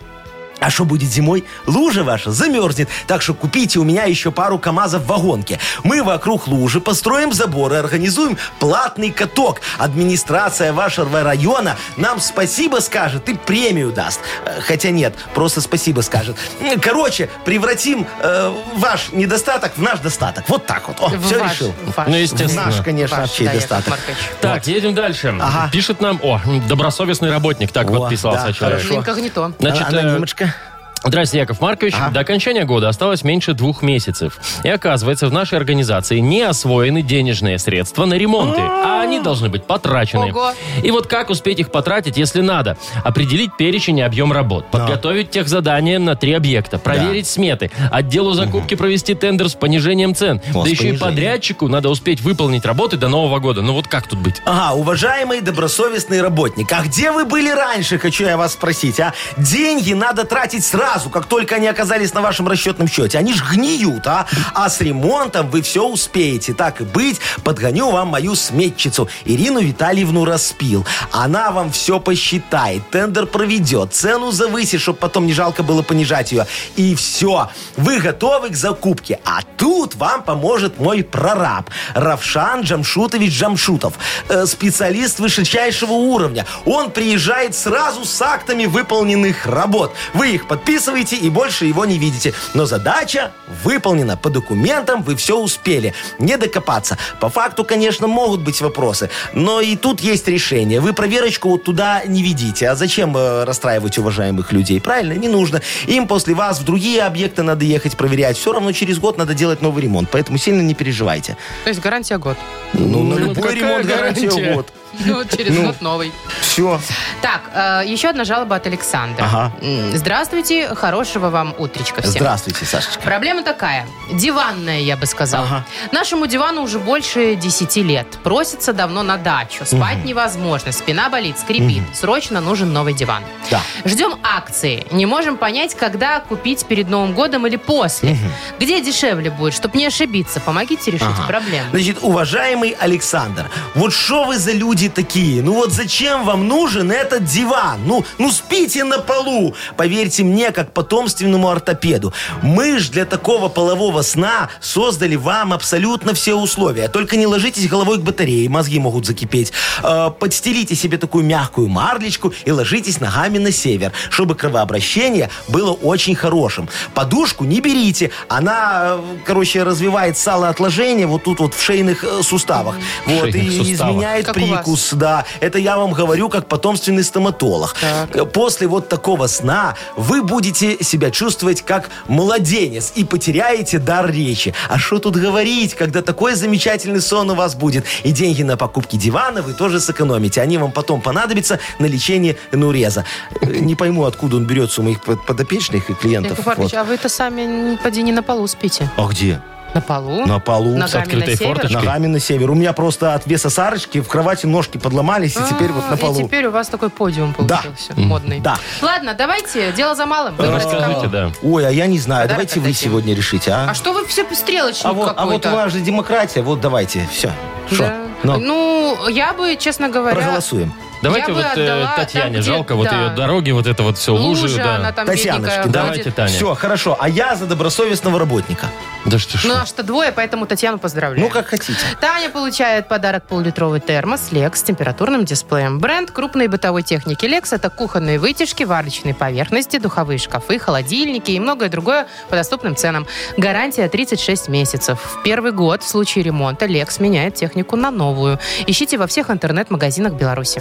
Speaker 4: А что будет зимой? Лужа ваша замерзнет. Так что купите у меня еще пару КАМАЗов в вагонке. Мы вокруг лужи построим заборы, организуем платный каток. Администрация вашего района нам спасибо скажет и премию даст. Э, Хотя нет, просто спасибо скажет. М, Короче, превратим э, ваш недостаток в наш достаток. Вот так вот. О, все
Speaker 3: Ваш-
Speaker 4: решил.
Speaker 3: ваш-
Speaker 2: Ну, естественно.
Speaker 4: Наш, конечно,
Speaker 3: ваш,
Speaker 4: вообще
Speaker 3: да, Яков
Speaker 4: достаток.
Speaker 3: Маркович.
Speaker 2: Так, едем дальше.
Speaker 4: Ага.
Speaker 2: Пишет нам, о, добросовестный работник, так
Speaker 4: О,
Speaker 2: подписался
Speaker 4: да,
Speaker 2: человек.
Speaker 4: хорошо.
Speaker 3: Инкогнито.
Speaker 2: Значит, э,
Speaker 4: Анонимочка.
Speaker 2: Здрасте, Яков Маркович. До окончания года осталось меньше двух месяцев. И оказывается, в нашей организации не освоены денежные средства на ремонты, а они должны быть потрачены.
Speaker 3: Ого.
Speaker 2: И вот как успеть их потратить, если надо? Определить перечень и объем работ, подготовить техзадание на три объекта, проверить сметы, отделу закупки провести тендер с понижением цен.
Speaker 4: О,
Speaker 2: да еще
Speaker 4: с
Speaker 2: и
Speaker 4: понижением.
Speaker 2: подрядчику надо успеть выполнить работы до Нового года. Ну вот как тут быть?
Speaker 4: Ага, уважаемый добросовестный работник, а где вы были раньше, хочу я вас спросить, а? Деньги надо тратить сразу, как только они оказались на вашем расчетном счете. Они ж гниют, а? А с ремонтом вы все успеете. Так и быть, подгоню вам мою сметчицу, Ирину Витальевну Распил. Она вам все посчитает, тендер проведет, цену завысит, чтобы потом не жалко было понижать ее. И все, вы готовы к закупке. А тут вам поможет мой прораб, Равшан Джамшутович Джамшутов, э, специалист высочайшего уровня. Он приезжает сразу с актами выполненных работ. Вы их подписываете и больше его не видите. Но задача выполнена. По документам вы все успели. Не докопаться. По факту, конечно, могут быть вопросы. Но и тут есть решение. Вы проверочку вот туда не ведите. А зачем э, расстраивать уважаемых людей? Правильно? Не нужно. Им после вас в другие объекты надо ехать проверять. Все равно через год надо делать новый ремонт. Поэтому сильно не переживайте.
Speaker 3: То есть гарантия год.
Speaker 4: Ну, на
Speaker 2: Ну,
Speaker 4: любой
Speaker 2: какая
Speaker 4: ремонт гарантия
Speaker 2: гарантия?
Speaker 4: год.
Speaker 3: [laughs] Ну, вот через
Speaker 4: Ну.
Speaker 3: год новый.
Speaker 4: Все.
Speaker 3: Так, э, еще одна жалоба от Александра.
Speaker 4: Ага.
Speaker 3: М, Здравствуйте, хорошего вам утречка всем.
Speaker 4: Здравствуйте, Сашечка.
Speaker 3: Проблема такая. Диванная, я бы сказала.
Speaker 4: Ага.
Speaker 3: Нашему дивану уже больше 10 лет. Просится давно на дачу. Спать невозможно. Спина болит, скрипит. Срочно нужен новый диван.
Speaker 4: Да.
Speaker 3: Ждем акции. Не можем понять, когда купить перед Новым годом или после. Где дешевле будет, чтобы не ошибиться. Помогите решить
Speaker 4: Ага.
Speaker 3: проблему.
Speaker 4: Значит, уважаемый Александр, вот что вы за люди такие? Ну вот зачем вам нужен этот диван? Ну, ну спите на полу. Поверьте мне, как потомственному ортопеду. Мы ж для такого полового сна создали вам абсолютно все условия. Только не ложитесь головой к батарее, мозги могут закипеть. Э, Подстелите себе такую мягкую марлечку и ложитесь ногами на север, чтобы кровообращение было очень хорошим. Подушку не берите. Она, э, короче, развивает салоотложение вот тут вот в шейных э, суставах. Вот,
Speaker 2: шейных
Speaker 4: и
Speaker 2: суставах.
Speaker 4: изменяет
Speaker 3: Как у вас.
Speaker 4: прикус. Да, это я вам говорю как потомственный стоматолог. Э, После вот такого сна вы будете себя чувствовать как младенец и потеряете дар речи. А что тут говорить, когда такой замечательный сон у вас будет? И деньги на покупки дивана вы тоже сэкономите. Они вам потом понадобятся на лечение нуреза. Э, Не пойму, откуда он берется у моих под- подопечных и клиентов.
Speaker 3: Яков Маркович,
Speaker 4: Вот.
Speaker 3: а вы-то сами не, поди не на полу спите.
Speaker 4: А где?
Speaker 3: На полу?
Speaker 4: На полу.
Speaker 3: Ногами
Speaker 2: открытой
Speaker 3: на север?
Speaker 2: форточкой?
Speaker 4: Ногами на север. У меня просто от веса Сарочки в кровати ножки подломались, и теперь вот
Speaker 3: А,
Speaker 4: на полу.
Speaker 3: И теперь у вас такой подиум
Speaker 4: Да.
Speaker 3: получился модный.
Speaker 4: Да.
Speaker 3: Ладно, давайте, дело за малым.
Speaker 2: Ну,
Speaker 3: Выбрать
Speaker 2: Расскажите,
Speaker 3: кого.
Speaker 2: да.
Speaker 4: Ой, а я не знаю.
Speaker 3: Подарок
Speaker 4: давайте вы
Speaker 3: отдадим.
Speaker 4: сегодня решите, а?
Speaker 3: А что вы все стрелочник
Speaker 4: А вот, а вот у
Speaker 3: какой-то?
Speaker 4: вас же демократия. Вот давайте, все. Что?
Speaker 3: Да. Ну, я бы, честно говоря...
Speaker 4: проголосуем.
Speaker 2: Давайте
Speaker 3: бы
Speaker 2: вот э,
Speaker 3: отдала
Speaker 2: Татьяне
Speaker 3: там, где-
Speaker 2: жалко, вот
Speaker 3: да.
Speaker 2: ее дороги, вот это вот все, лужи,
Speaker 3: Лужа, она
Speaker 2: да.
Speaker 3: там
Speaker 4: Татьяночки,
Speaker 3: бедненькая
Speaker 4: да?
Speaker 3: ходит.
Speaker 2: Давайте, Таня.
Speaker 4: Все, хорошо. А я за добросовестного работника.
Speaker 2: Да что ж.
Speaker 3: Ну, а что двое, поэтому Татьяну поздравляю.
Speaker 4: Ну, как хотите.
Speaker 3: Таня получает подарок полулитровый термос Lex с температурным дисплеем. Бренд крупной бытовой техники Lex – это кухонные вытяжки, варочные поверхности, духовые шкафы, холодильники и многое другое по доступным ценам. Гарантия 36 месяцев. В первый год в случае ремонта Lex меняет технику на новую. Ищите во всех интернет-магазинах Беларуси.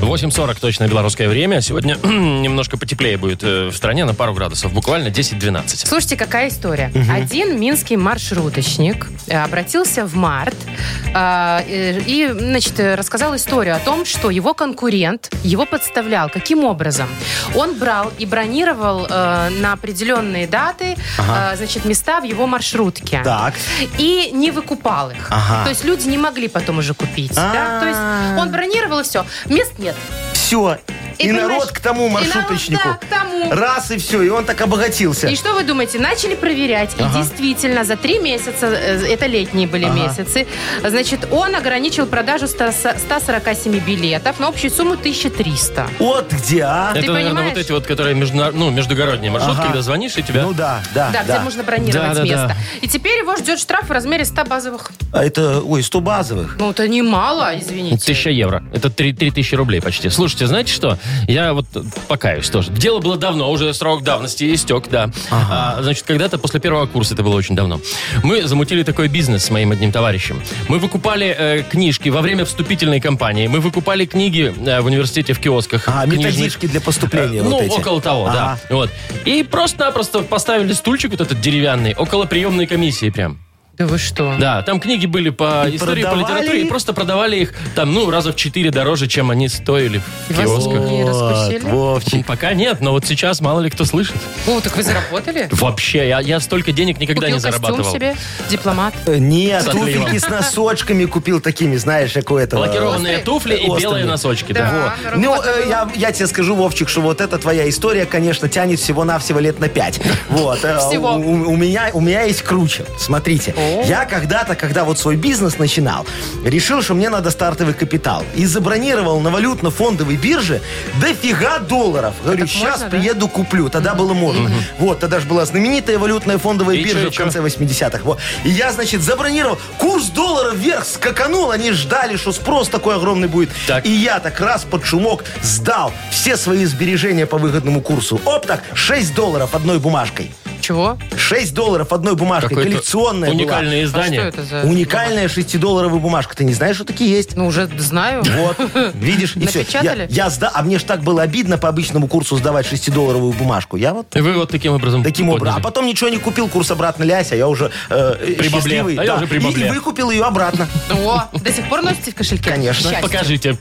Speaker 2: 8.40 точно белорусское время. Сегодня [clears throat] немножко потеплее будет э, в стране на пару градусов. Буквально 10-12.
Speaker 3: Слушайте, какая история. Один минский маршруточник э, обратился в март э, э, и, значит, э, рассказал историю о том, что его конкурент его подставлял. Каким образом? Он брал и бронировал э, на определенные даты, э, значит, места в его маршрутке.
Speaker 4: Так.
Speaker 3: И не выкупал их.
Speaker 4: Ага.
Speaker 3: То есть люди не могли потом уже купить. да?
Speaker 4: А.
Speaker 3: То есть он бронировал и все. Мест нет.
Speaker 4: Все.
Speaker 3: И,
Speaker 4: И,
Speaker 3: понимаешь,
Speaker 4: народ к тому
Speaker 3: и народ,
Speaker 4: маршруточнику.
Speaker 3: да, к тому.
Speaker 4: Раз и все. И он так обогатился.
Speaker 3: И что вы думаете? Начали проверять. И действительно, за три месяца, э, это летние были
Speaker 4: Ага.
Speaker 3: месяцы, значит, он ограничил продажу 100 со- 147 билетов на общую сумму 1300.
Speaker 4: Вот где, а?
Speaker 2: Это, наверное,
Speaker 3: понимаешь?
Speaker 2: вот эти вот, которые междуна- ну, междугородние маршрутки,
Speaker 4: Ага.
Speaker 2: когда звонишь, и тебя...
Speaker 4: Ну да, да,
Speaker 3: Да,
Speaker 4: да.
Speaker 3: где можно бронировать
Speaker 2: Да, да,
Speaker 3: место.
Speaker 2: да.
Speaker 3: И теперь его ждет штраф в размере 100 базовых.
Speaker 4: А это, ой, 100 базовых.
Speaker 3: Ну, это немало, извините.
Speaker 2: Тысяча евро. Это три три тысячи рублей почти. Слушайте, знаете что? Я вот покаюсь тоже. Дело было давно, уже срок давности истек, да. А, значит, когда-то после первого курса, это было очень давно, мы замутили такой бизнес с моим одним товарищем. Мы выкупали э, книжки во время вступительной кампании. Мы выкупали книги э, в университете в киосках.
Speaker 4: А,
Speaker 2: книжных.
Speaker 4: методички для поступления
Speaker 2: ну,
Speaker 4: вот эти.
Speaker 2: около того,
Speaker 4: Ага.
Speaker 2: да. Вот. И просто-напросто поставили стульчик вот этот деревянный около приемной комиссии прям.
Speaker 3: Да вы что?
Speaker 2: Да, там книги были по
Speaker 4: И
Speaker 2: истории, по
Speaker 4: продавали
Speaker 2: литературе, и
Speaker 4: их?
Speaker 2: просто продавали их там, ну, раза в четыре дороже, чем они стоили в
Speaker 3: И вас
Speaker 2: киосках.
Speaker 3: не раскусили?
Speaker 2: Ну,
Speaker 4: Вовчик.
Speaker 2: Пока нет, но вот сейчас мало ли кто слышит.
Speaker 3: О, так вы заработали?
Speaker 2: Вообще, я, я столько денег никогда
Speaker 3: Купил
Speaker 2: не
Speaker 3: костюм
Speaker 2: зарабатывал.
Speaker 3: себе, дипломат.
Speaker 4: Э, Нет,
Speaker 2: С отливом.
Speaker 4: туфельки с носочками купил такими, знаешь, как у этого.
Speaker 2: Лакированные туфли и
Speaker 4: Острые.
Speaker 2: белые носочки, да.
Speaker 3: Да, народ
Speaker 4: Ну,
Speaker 3: потом-
Speaker 4: э, я, я тебе скажу, Вовчик, что вот эта твоя история, конечно, тянет всего-навсего лет
Speaker 2: [laughs]
Speaker 4: на пять. Вот. э,
Speaker 3: Всего.
Speaker 4: У, у- у меня, у меня есть круче. Смотрите. Я когда-то, когда вот свой бизнес начинал, решил, что мне надо стартовый капитал. И забронировал на валютно-фондовой бирже дофига долларов. Говорю,
Speaker 3: так
Speaker 4: сейчас
Speaker 3: можно, да?
Speaker 4: приеду, куплю. Тогда было можно. Вот, тогда же была знаменитая валютная фондовая
Speaker 2: И чё,
Speaker 4: биржа
Speaker 2: и
Speaker 4: в
Speaker 2: чё?
Speaker 4: конце 80-х. Вот. И я, значит, забронировал. Курс доллара вверх скаканул. Они ждали, что спрос такой огромный будет.
Speaker 2: Так.
Speaker 4: И я так раз под шумок сдал все свои сбережения по выгодному курсу. Оп так, 6 долларов одной бумажкой.
Speaker 3: чего?
Speaker 4: 6 долларов одной бумажкой,
Speaker 2: Какое-то
Speaker 4: коллекционная была.
Speaker 2: Уникальное
Speaker 3: А что
Speaker 2: издание.
Speaker 3: это за...
Speaker 4: Уникальная 6-долларовая бумажка. Ты не знаешь, что такие есть?
Speaker 3: Ну, уже знаю. [laughs]
Speaker 4: Вот, видишь, и все.
Speaker 3: Напечатали?
Speaker 4: Я, я сда- а мне ж так было обидно по обычному курсу сдавать 6-долларовую бумажку. Я вот
Speaker 2: И вы вот таким образом
Speaker 4: таким
Speaker 2: подняли.
Speaker 4: образом. А потом ничего не купил, курс обратно лясь, а я уже э, э,
Speaker 2: Прибабле.
Speaker 4: счастливый.
Speaker 2: А я
Speaker 4: да.
Speaker 2: уже
Speaker 4: И-
Speaker 2: прибабле.
Speaker 4: и выкупил ее обратно.
Speaker 3: О, до сих пор носите в кошельке?
Speaker 4: Конечно.
Speaker 3: Счастье.
Speaker 2: Покажите.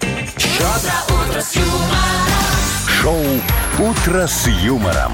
Speaker 1: Шоу «Утро с юмором».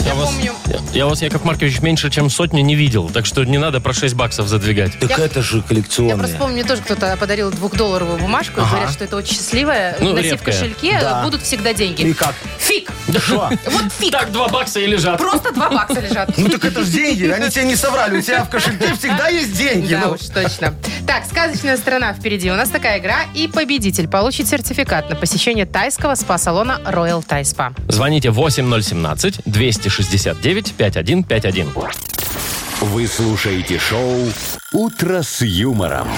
Speaker 2: Я, вас,
Speaker 3: помню.
Speaker 2: я- я вас, Яков Маркович, меньше, чем сотни не видел, так что не надо про 6 баксов задвигать.
Speaker 4: Так
Speaker 3: Я-
Speaker 4: это же
Speaker 3: Я просто
Speaker 4: коллекционная.
Speaker 3: помню, мне тоже кто-то подарил двухдолларовую бумажку. и
Speaker 2: Ага.
Speaker 3: Говорят, что это очень счастливая.
Speaker 2: Ну,
Speaker 3: Носи в
Speaker 2: редкая.
Speaker 3: кошельке, э,
Speaker 4: Да.
Speaker 3: будут всегда деньги.
Speaker 4: И как?
Speaker 3: Фиг!
Speaker 4: Что?
Speaker 3: Вот фиг!
Speaker 2: Так 2 бакса и лежат.
Speaker 3: Просто два бакса лежат.
Speaker 4: Ну так это же деньги, они тебе не соврали. У тебя в кошельке всегда есть деньги.
Speaker 3: [laughs] Да
Speaker 4: ну.
Speaker 3: уж, точно. Так, «Сказочная страна» впереди. У нас такая игра. И победитель получит сертификат на посещение тайского спа-салона Royal Thai Spa.
Speaker 2: Звоните 8017-269-5151.
Speaker 1: Вы слушаете шоу «Утро с юмором».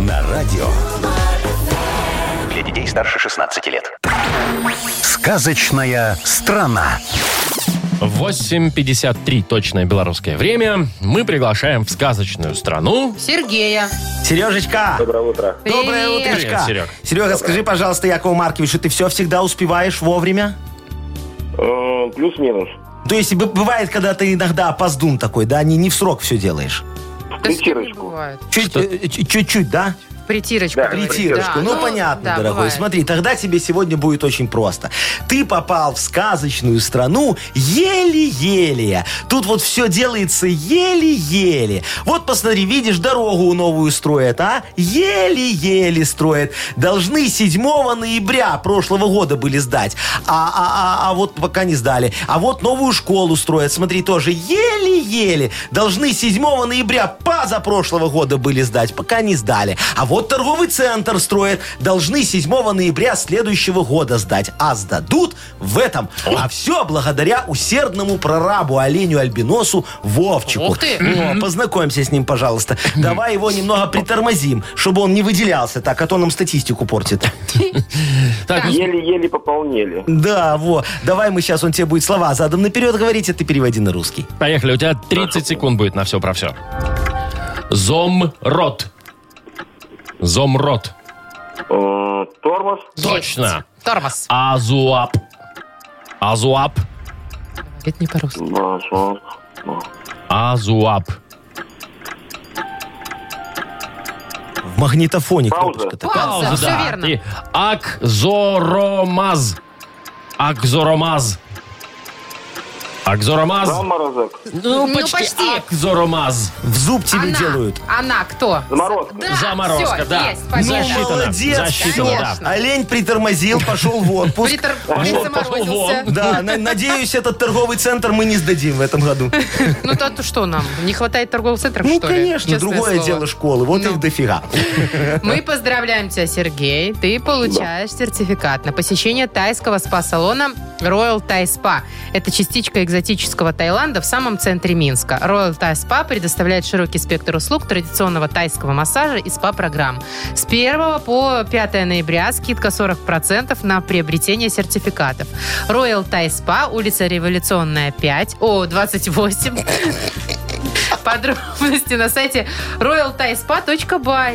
Speaker 1: На радио
Speaker 6: Для детей старше 16 лет.
Speaker 1: «Сказочная страна».
Speaker 2: 8.53, точное белорусское время. Мы приглашаем в сказочную страну.
Speaker 3: Сергея.
Speaker 4: Сережечка,
Speaker 5: Доброе утро.
Speaker 4: доброе
Speaker 3: Привет.
Speaker 4: утречко.
Speaker 2: Привет, Серег.
Speaker 4: Серега, скажи, пожалуйста, Якову Марковичу, ты все всегда успеваешь вовремя?
Speaker 5: Э, Плюс-минус.
Speaker 4: То есть б- бывает, когда ты иногда опоздун такой, да, не, не в срок все делаешь.
Speaker 3: Да с кем не
Speaker 5: Притирочку.
Speaker 3: бывает.
Speaker 4: Чуть- э, ч- Чуть-чуть, да?
Speaker 3: Притирочку.
Speaker 5: Да,
Speaker 3: говорит.
Speaker 4: Притирочку.
Speaker 3: Да,
Speaker 4: ну, понятно,
Speaker 3: да,
Speaker 4: дорогой.
Speaker 3: бывает.
Speaker 4: Смотри, тогда тебе сегодня будет очень просто. Ты попал в сказочную страну еле-еле. Тут вот все делается еле-еле. Вот посмотри, видишь, дорогу новую строят, а? Еле-еле строят. Должны 7 ноября прошлого года были сдать. А, а- а- а вот пока не сдали. А вот новую школу строят, смотри, тоже еле-еле. Должны 7 ноября позапрошлого года были сдать, пока не сдали. А вот торговый центр строят, должны 7 ноября следующего года сдать. А сдадут в этом. А все благодаря усердному прорабу, оленю Альбиносу Вовчику.
Speaker 3: Ух ты!
Speaker 4: О, познакомься с ним, пожалуйста. Давай его немного притормозим, чтобы он не выделялся так, а то нам статистику портит.
Speaker 2: Так, ну,
Speaker 5: Еле-еле пополнили.
Speaker 4: Да, во. Давай мы сейчас, он тебе будет слова задом наперед говорить, а ты переводи на русский.
Speaker 2: поехали. У тебя 30 секунд будет на все про все. Зомрот. Зомрот.
Speaker 5: Э, Тормоз.
Speaker 2: Точно.
Speaker 3: Тормоз.
Speaker 2: Азуап. Азуап.
Speaker 3: Это не по-русски.
Speaker 5: Пошел.
Speaker 2: Азуап.
Speaker 4: В магнитофоне
Speaker 5: Пауза.
Speaker 4: кнопочка-то.
Speaker 3: Пауза, все
Speaker 2: да.
Speaker 3: верно.
Speaker 2: И Акзоромаз. Акзоромаз. Акзоромаз.
Speaker 5: Заморозок.
Speaker 2: Ну,
Speaker 3: Ну,
Speaker 2: почти.
Speaker 3: почти.
Speaker 2: Акзоромаз.
Speaker 4: В зуб тебе
Speaker 3: Она.
Speaker 4: делают.
Speaker 3: Она кто?
Speaker 5: Заморозка.
Speaker 3: Да,
Speaker 2: Заморозка,
Speaker 3: всё,
Speaker 2: да.
Speaker 3: Есть,
Speaker 2: Ну,
Speaker 3: победа.
Speaker 2: Засчитано.
Speaker 4: Молодец,
Speaker 2: Засчитано,
Speaker 4: всё.
Speaker 3: да.
Speaker 4: Олень притормозил, пошел в отпуск.
Speaker 3: Притор-
Speaker 2: Пошел,
Speaker 3: призаморозился.
Speaker 2: пошел
Speaker 4: Да, на- надеюсь, этот торговый центр мы не сдадим в этом
Speaker 3: [laughs]
Speaker 4: году.
Speaker 3: Ну, то, то что нам? Не хватает торговых центров,
Speaker 4: Ну,
Speaker 3: что ли?
Speaker 4: конечно,
Speaker 3: Честное
Speaker 4: другое
Speaker 3: слово.
Speaker 4: дело школы. Вот
Speaker 3: Ну.
Speaker 4: их дофига.
Speaker 3: [laughs] Мы поздравляем тебя, Сергей. Ты получаешь сертификат на посещение тайского спа-салона Royal Thai Spa. Это частичка экзотического Таиланда в самом центре Минска. Royal Thai Spa предоставляет широкий спектр услуг традиционного тайского массажа и спа-программ. С 1 по 5 ноября скидка 40% на приобретение сертификатов. Royal Thai Spa, улица Революционная, 5, о, 28. [laughs] Подробности на сайте royalthaispa.by.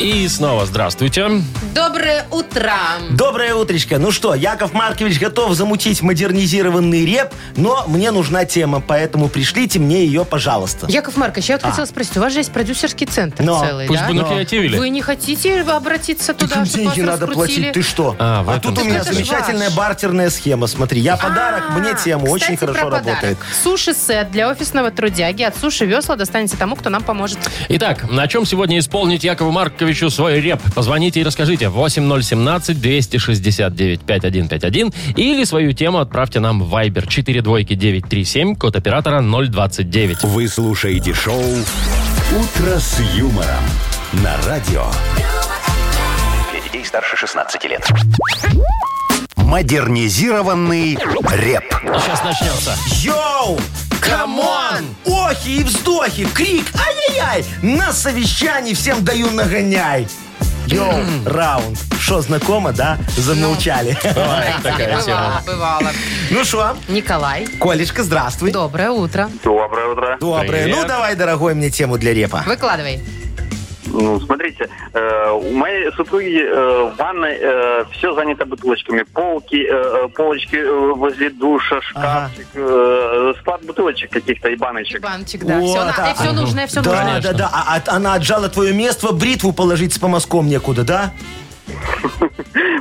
Speaker 2: И снова здравствуйте.
Speaker 3: Доброе утро!
Speaker 4: Доброе утречко. Ну что, Яков Маркович готов замутить модернизированный реп, но мне нужна тема, поэтому пришлите мне ее, пожалуйста.
Speaker 3: Яков Маркович,
Speaker 4: А.
Speaker 3: я вот хотела спросить, у вас же есть продюсерский центр
Speaker 4: Но.
Speaker 3: целый,
Speaker 2: Пусть
Speaker 3: да?
Speaker 2: бы накреативили.
Speaker 3: Ну, Вы не хотите обратиться туда,
Speaker 4: Таким
Speaker 3: чтобы
Speaker 4: деньги
Speaker 3: вас
Speaker 4: надо
Speaker 3: раскрутили?
Speaker 4: платить, ты что?
Speaker 2: А, в
Speaker 4: А,
Speaker 2: этом
Speaker 4: тут у меня
Speaker 3: смысле.
Speaker 4: замечательная
Speaker 3: Это ж ваш.
Speaker 4: бартерная схема. Смотри, я подарок,
Speaker 3: А,
Speaker 4: мне тему,
Speaker 3: кстати,
Speaker 4: очень хорошо
Speaker 3: про подарок.
Speaker 4: работает.
Speaker 3: Суши-сет для офисного трудяги от суши весла достанется тому, кто нам поможет.
Speaker 2: Итак, на чем сегодня исполнить Якову Марковичу свой реп? Позвоните и расскажите 8017-269-5151 или свою тему отправьте нам в Viber 42937, код оператора 029.
Speaker 1: Вы слушаете шоу «Утро с юмором» на радио
Speaker 6: Для детей старше 16 лет.
Speaker 1: «Модернизированный реп».
Speaker 2: Сейчас начнется.
Speaker 4: Йоу! Камон! Охи и вздохи, крик, ай-яй-яй! На совещании всем даю нагоняй! Йоу, раунд. Что, знакомо, да? Замолчали.
Speaker 3: Ну.
Speaker 2: Бывает такая тема.
Speaker 3: Бывало, [laughs] бывало.
Speaker 4: [laughs] Ну что,
Speaker 3: Николай,
Speaker 4: Колечка, здравствуй.
Speaker 3: доброе утро.
Speaker 5: Доброе утро.
Speaker 4: Доброе.
Speaker 2: Привет.
Speaker 4: Ну давай, дорогой, мне тему для репа.
Speaker 3: Выкладывай.
Speaker 5: Ну, смотрите, э, у моей супруги э, в ванной все занято бутылочками. Полки, э, э, полочки э, возле душа, шкафчик, э, склад бутылочек каких-то и баночек.
Speaker 3: Банчик, да. Все,
Speaker 4: Вот, а-
Speaker 3: все нужное, все
Speaker 4: да,
Speaker 3: нужное.
Speaker 4: да, да. А, а она отжала твое место, бритву положить с помазком некуда, да?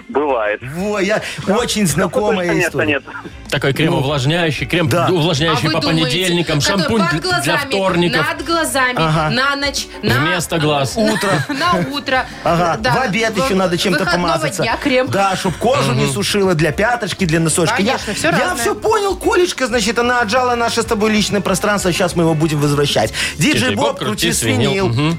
Speaker 5: Бывает.
Speaker 4: Во, я очень знакомая
Speaker 5: Точно
Speaker 4: история.
Speaker 5: Нет, нет.
Speaker 2: Такой крем увлажняющий, крем
Speaker 4: Ну, Да.
Speaker 3: А
Speaker 2: увлажняющий
Speaker 3: вы
Speaker 2: по
Speaker 3: думаете,
Speaker 2: понедельникам,
Speaker 3: который
Speaker 2: шампунь
Speaker 3: под
Speaker 2: для- для
Speaker 3: глазами,
Speaker 2: вторников,
Speaker 3: Над глазами,
Speaker 4: Ага.
Speaker 3: на ночь, на...
Speaker 2: вместо глаз.
Speaker 4: Утро.
Speaker 3: На [laughs] утро.
Speaker 4: Ага,
Speaker 3: Да.
Speaker 4: в обед еще
Speaker 3: В-
Speaker 4: надо чем-то
Speaker 3: выходного
Speaker 4: помазаться.
Speaker 3: дня крем.
Speaker 4: Да, чтоб кожу не сушила для пяточки, для носочка.
Speaker 3: Конечно,
Speaker 4: я,
Speaker 3: всё
Speaker 4: Я
Speaker 3: разное.
Speaker 4: все понял, Колечка, значит, она отжала наше с тобой личное пространство, сейчас мы его будем возвращать. Диджей
Speaker 2: Диджей
Speaker 4: Боб, крути свинил.
Speaker 2: Мгм.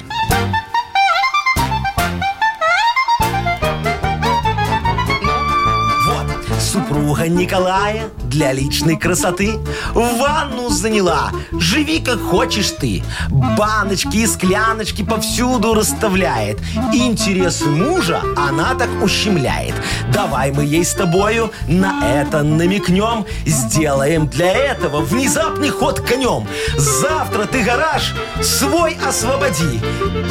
Speaker 4: Вот, супруга Николая для личной красоты ванну заняла. Живи, как хочешь ты. Баночки и скляночки повсюду расставляет. Интересы мужа она так ущемляет. Давай мы ей с тобою на это намекнем. Сделаем для этого внезапный ход конем. Завтра ты гараж свой освободи.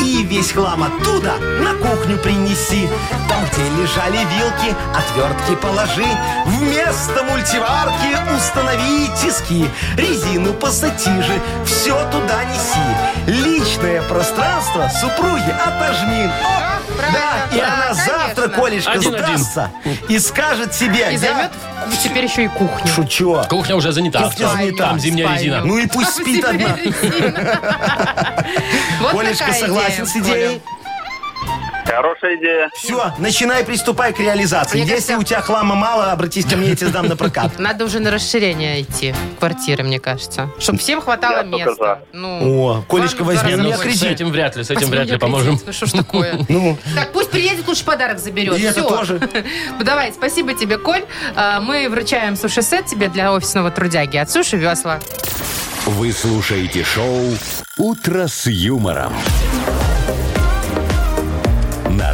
Speaker 4: И весь хлам оттуда на кухню принеси. Там, где лежали вилки, отвертки положи. Вместо мультиварки установи тиски. Резину пассатижи, все туда неси. Личное пространство супруги отожми. Оп!
Speaker 3: правильно,
Speaker 4: да, и
Speaker 3: да,
Speaker 4: она
Speaker 3: конечно.
Speaker 4: завтра, Колечка,
Speaker 2: Один-один.
Speaker 4: сдастся и скажет тебе...
Speaker 3: [laughs] И
Speaker 4: я-
Speaker 3: займет в- теперь еще и кухню.
Speaker 4: Шучу.
Speaker 2: Кухня уже занята.
Speaker 4: Кухня занята.
Speaker 2: Там зимняя
Speaker 3: Спальню.
Speaker 2: резина.
Speaker 4: Ну и пусть спит одна. [laughs]
Speaker 3: Вот
Speaker 4: Колечка
Speaker 3: такая
Speaker 4: согласен
Speaker 3: идея,
Speaker 4: с идеей.
Speaker 3: Коля.
Speaker 5: Хорошая идея.
Speaker 4: Все, начинай, приступай к реализации.
Speaker 3: Мне
Speaker 4: Если
Speaker 3: кажется-
Speaker 4: у тебя хлама мало, обратись ко мне, я тебе сдам на
Speaker 3: [laughs]
Speaker 4: прокат.
Speaker 3: Надо уже на расширение идти квартиры, мне кажется. Чтобы всем хватало
Speaker 5: Я только
Speaker 3: места.
Speaker 5: за.
Speaker 3: Ну,
Speaker 4: О, Колечка,
Speaker 3: Ладно,
Speaker 4: возьми
Speaker 3: два
Speaker 4: мне
Speaker 3: раза
Speaker 2: с
Speaker 4: кредит.
Speaker 2: этим вряд ли, с этим
Speaker 3: возьми
Speaker 2: вряд ли
Speaker 3: мне
Speaker 2: поможем.
Speaker 3: кредит. Ну, что ж
Speaker 2: [laughs]
Speaker 3: такое?
Speaker 4: Ну,
Speaker 3: Так, пусть приедет, лучше подарок заберет.
Speaker 4: И это
Speaker 3: Всё. [laughs] Ну,
Speaker 4: тоже.
Speaker 3: Давай, спасибо тебе, Коль. А, Мы вручаем суши-сет тебе для офисного трудяги от Суши Весла.
Speaker 1: Вы слушаете шоу «Утро с юмором». На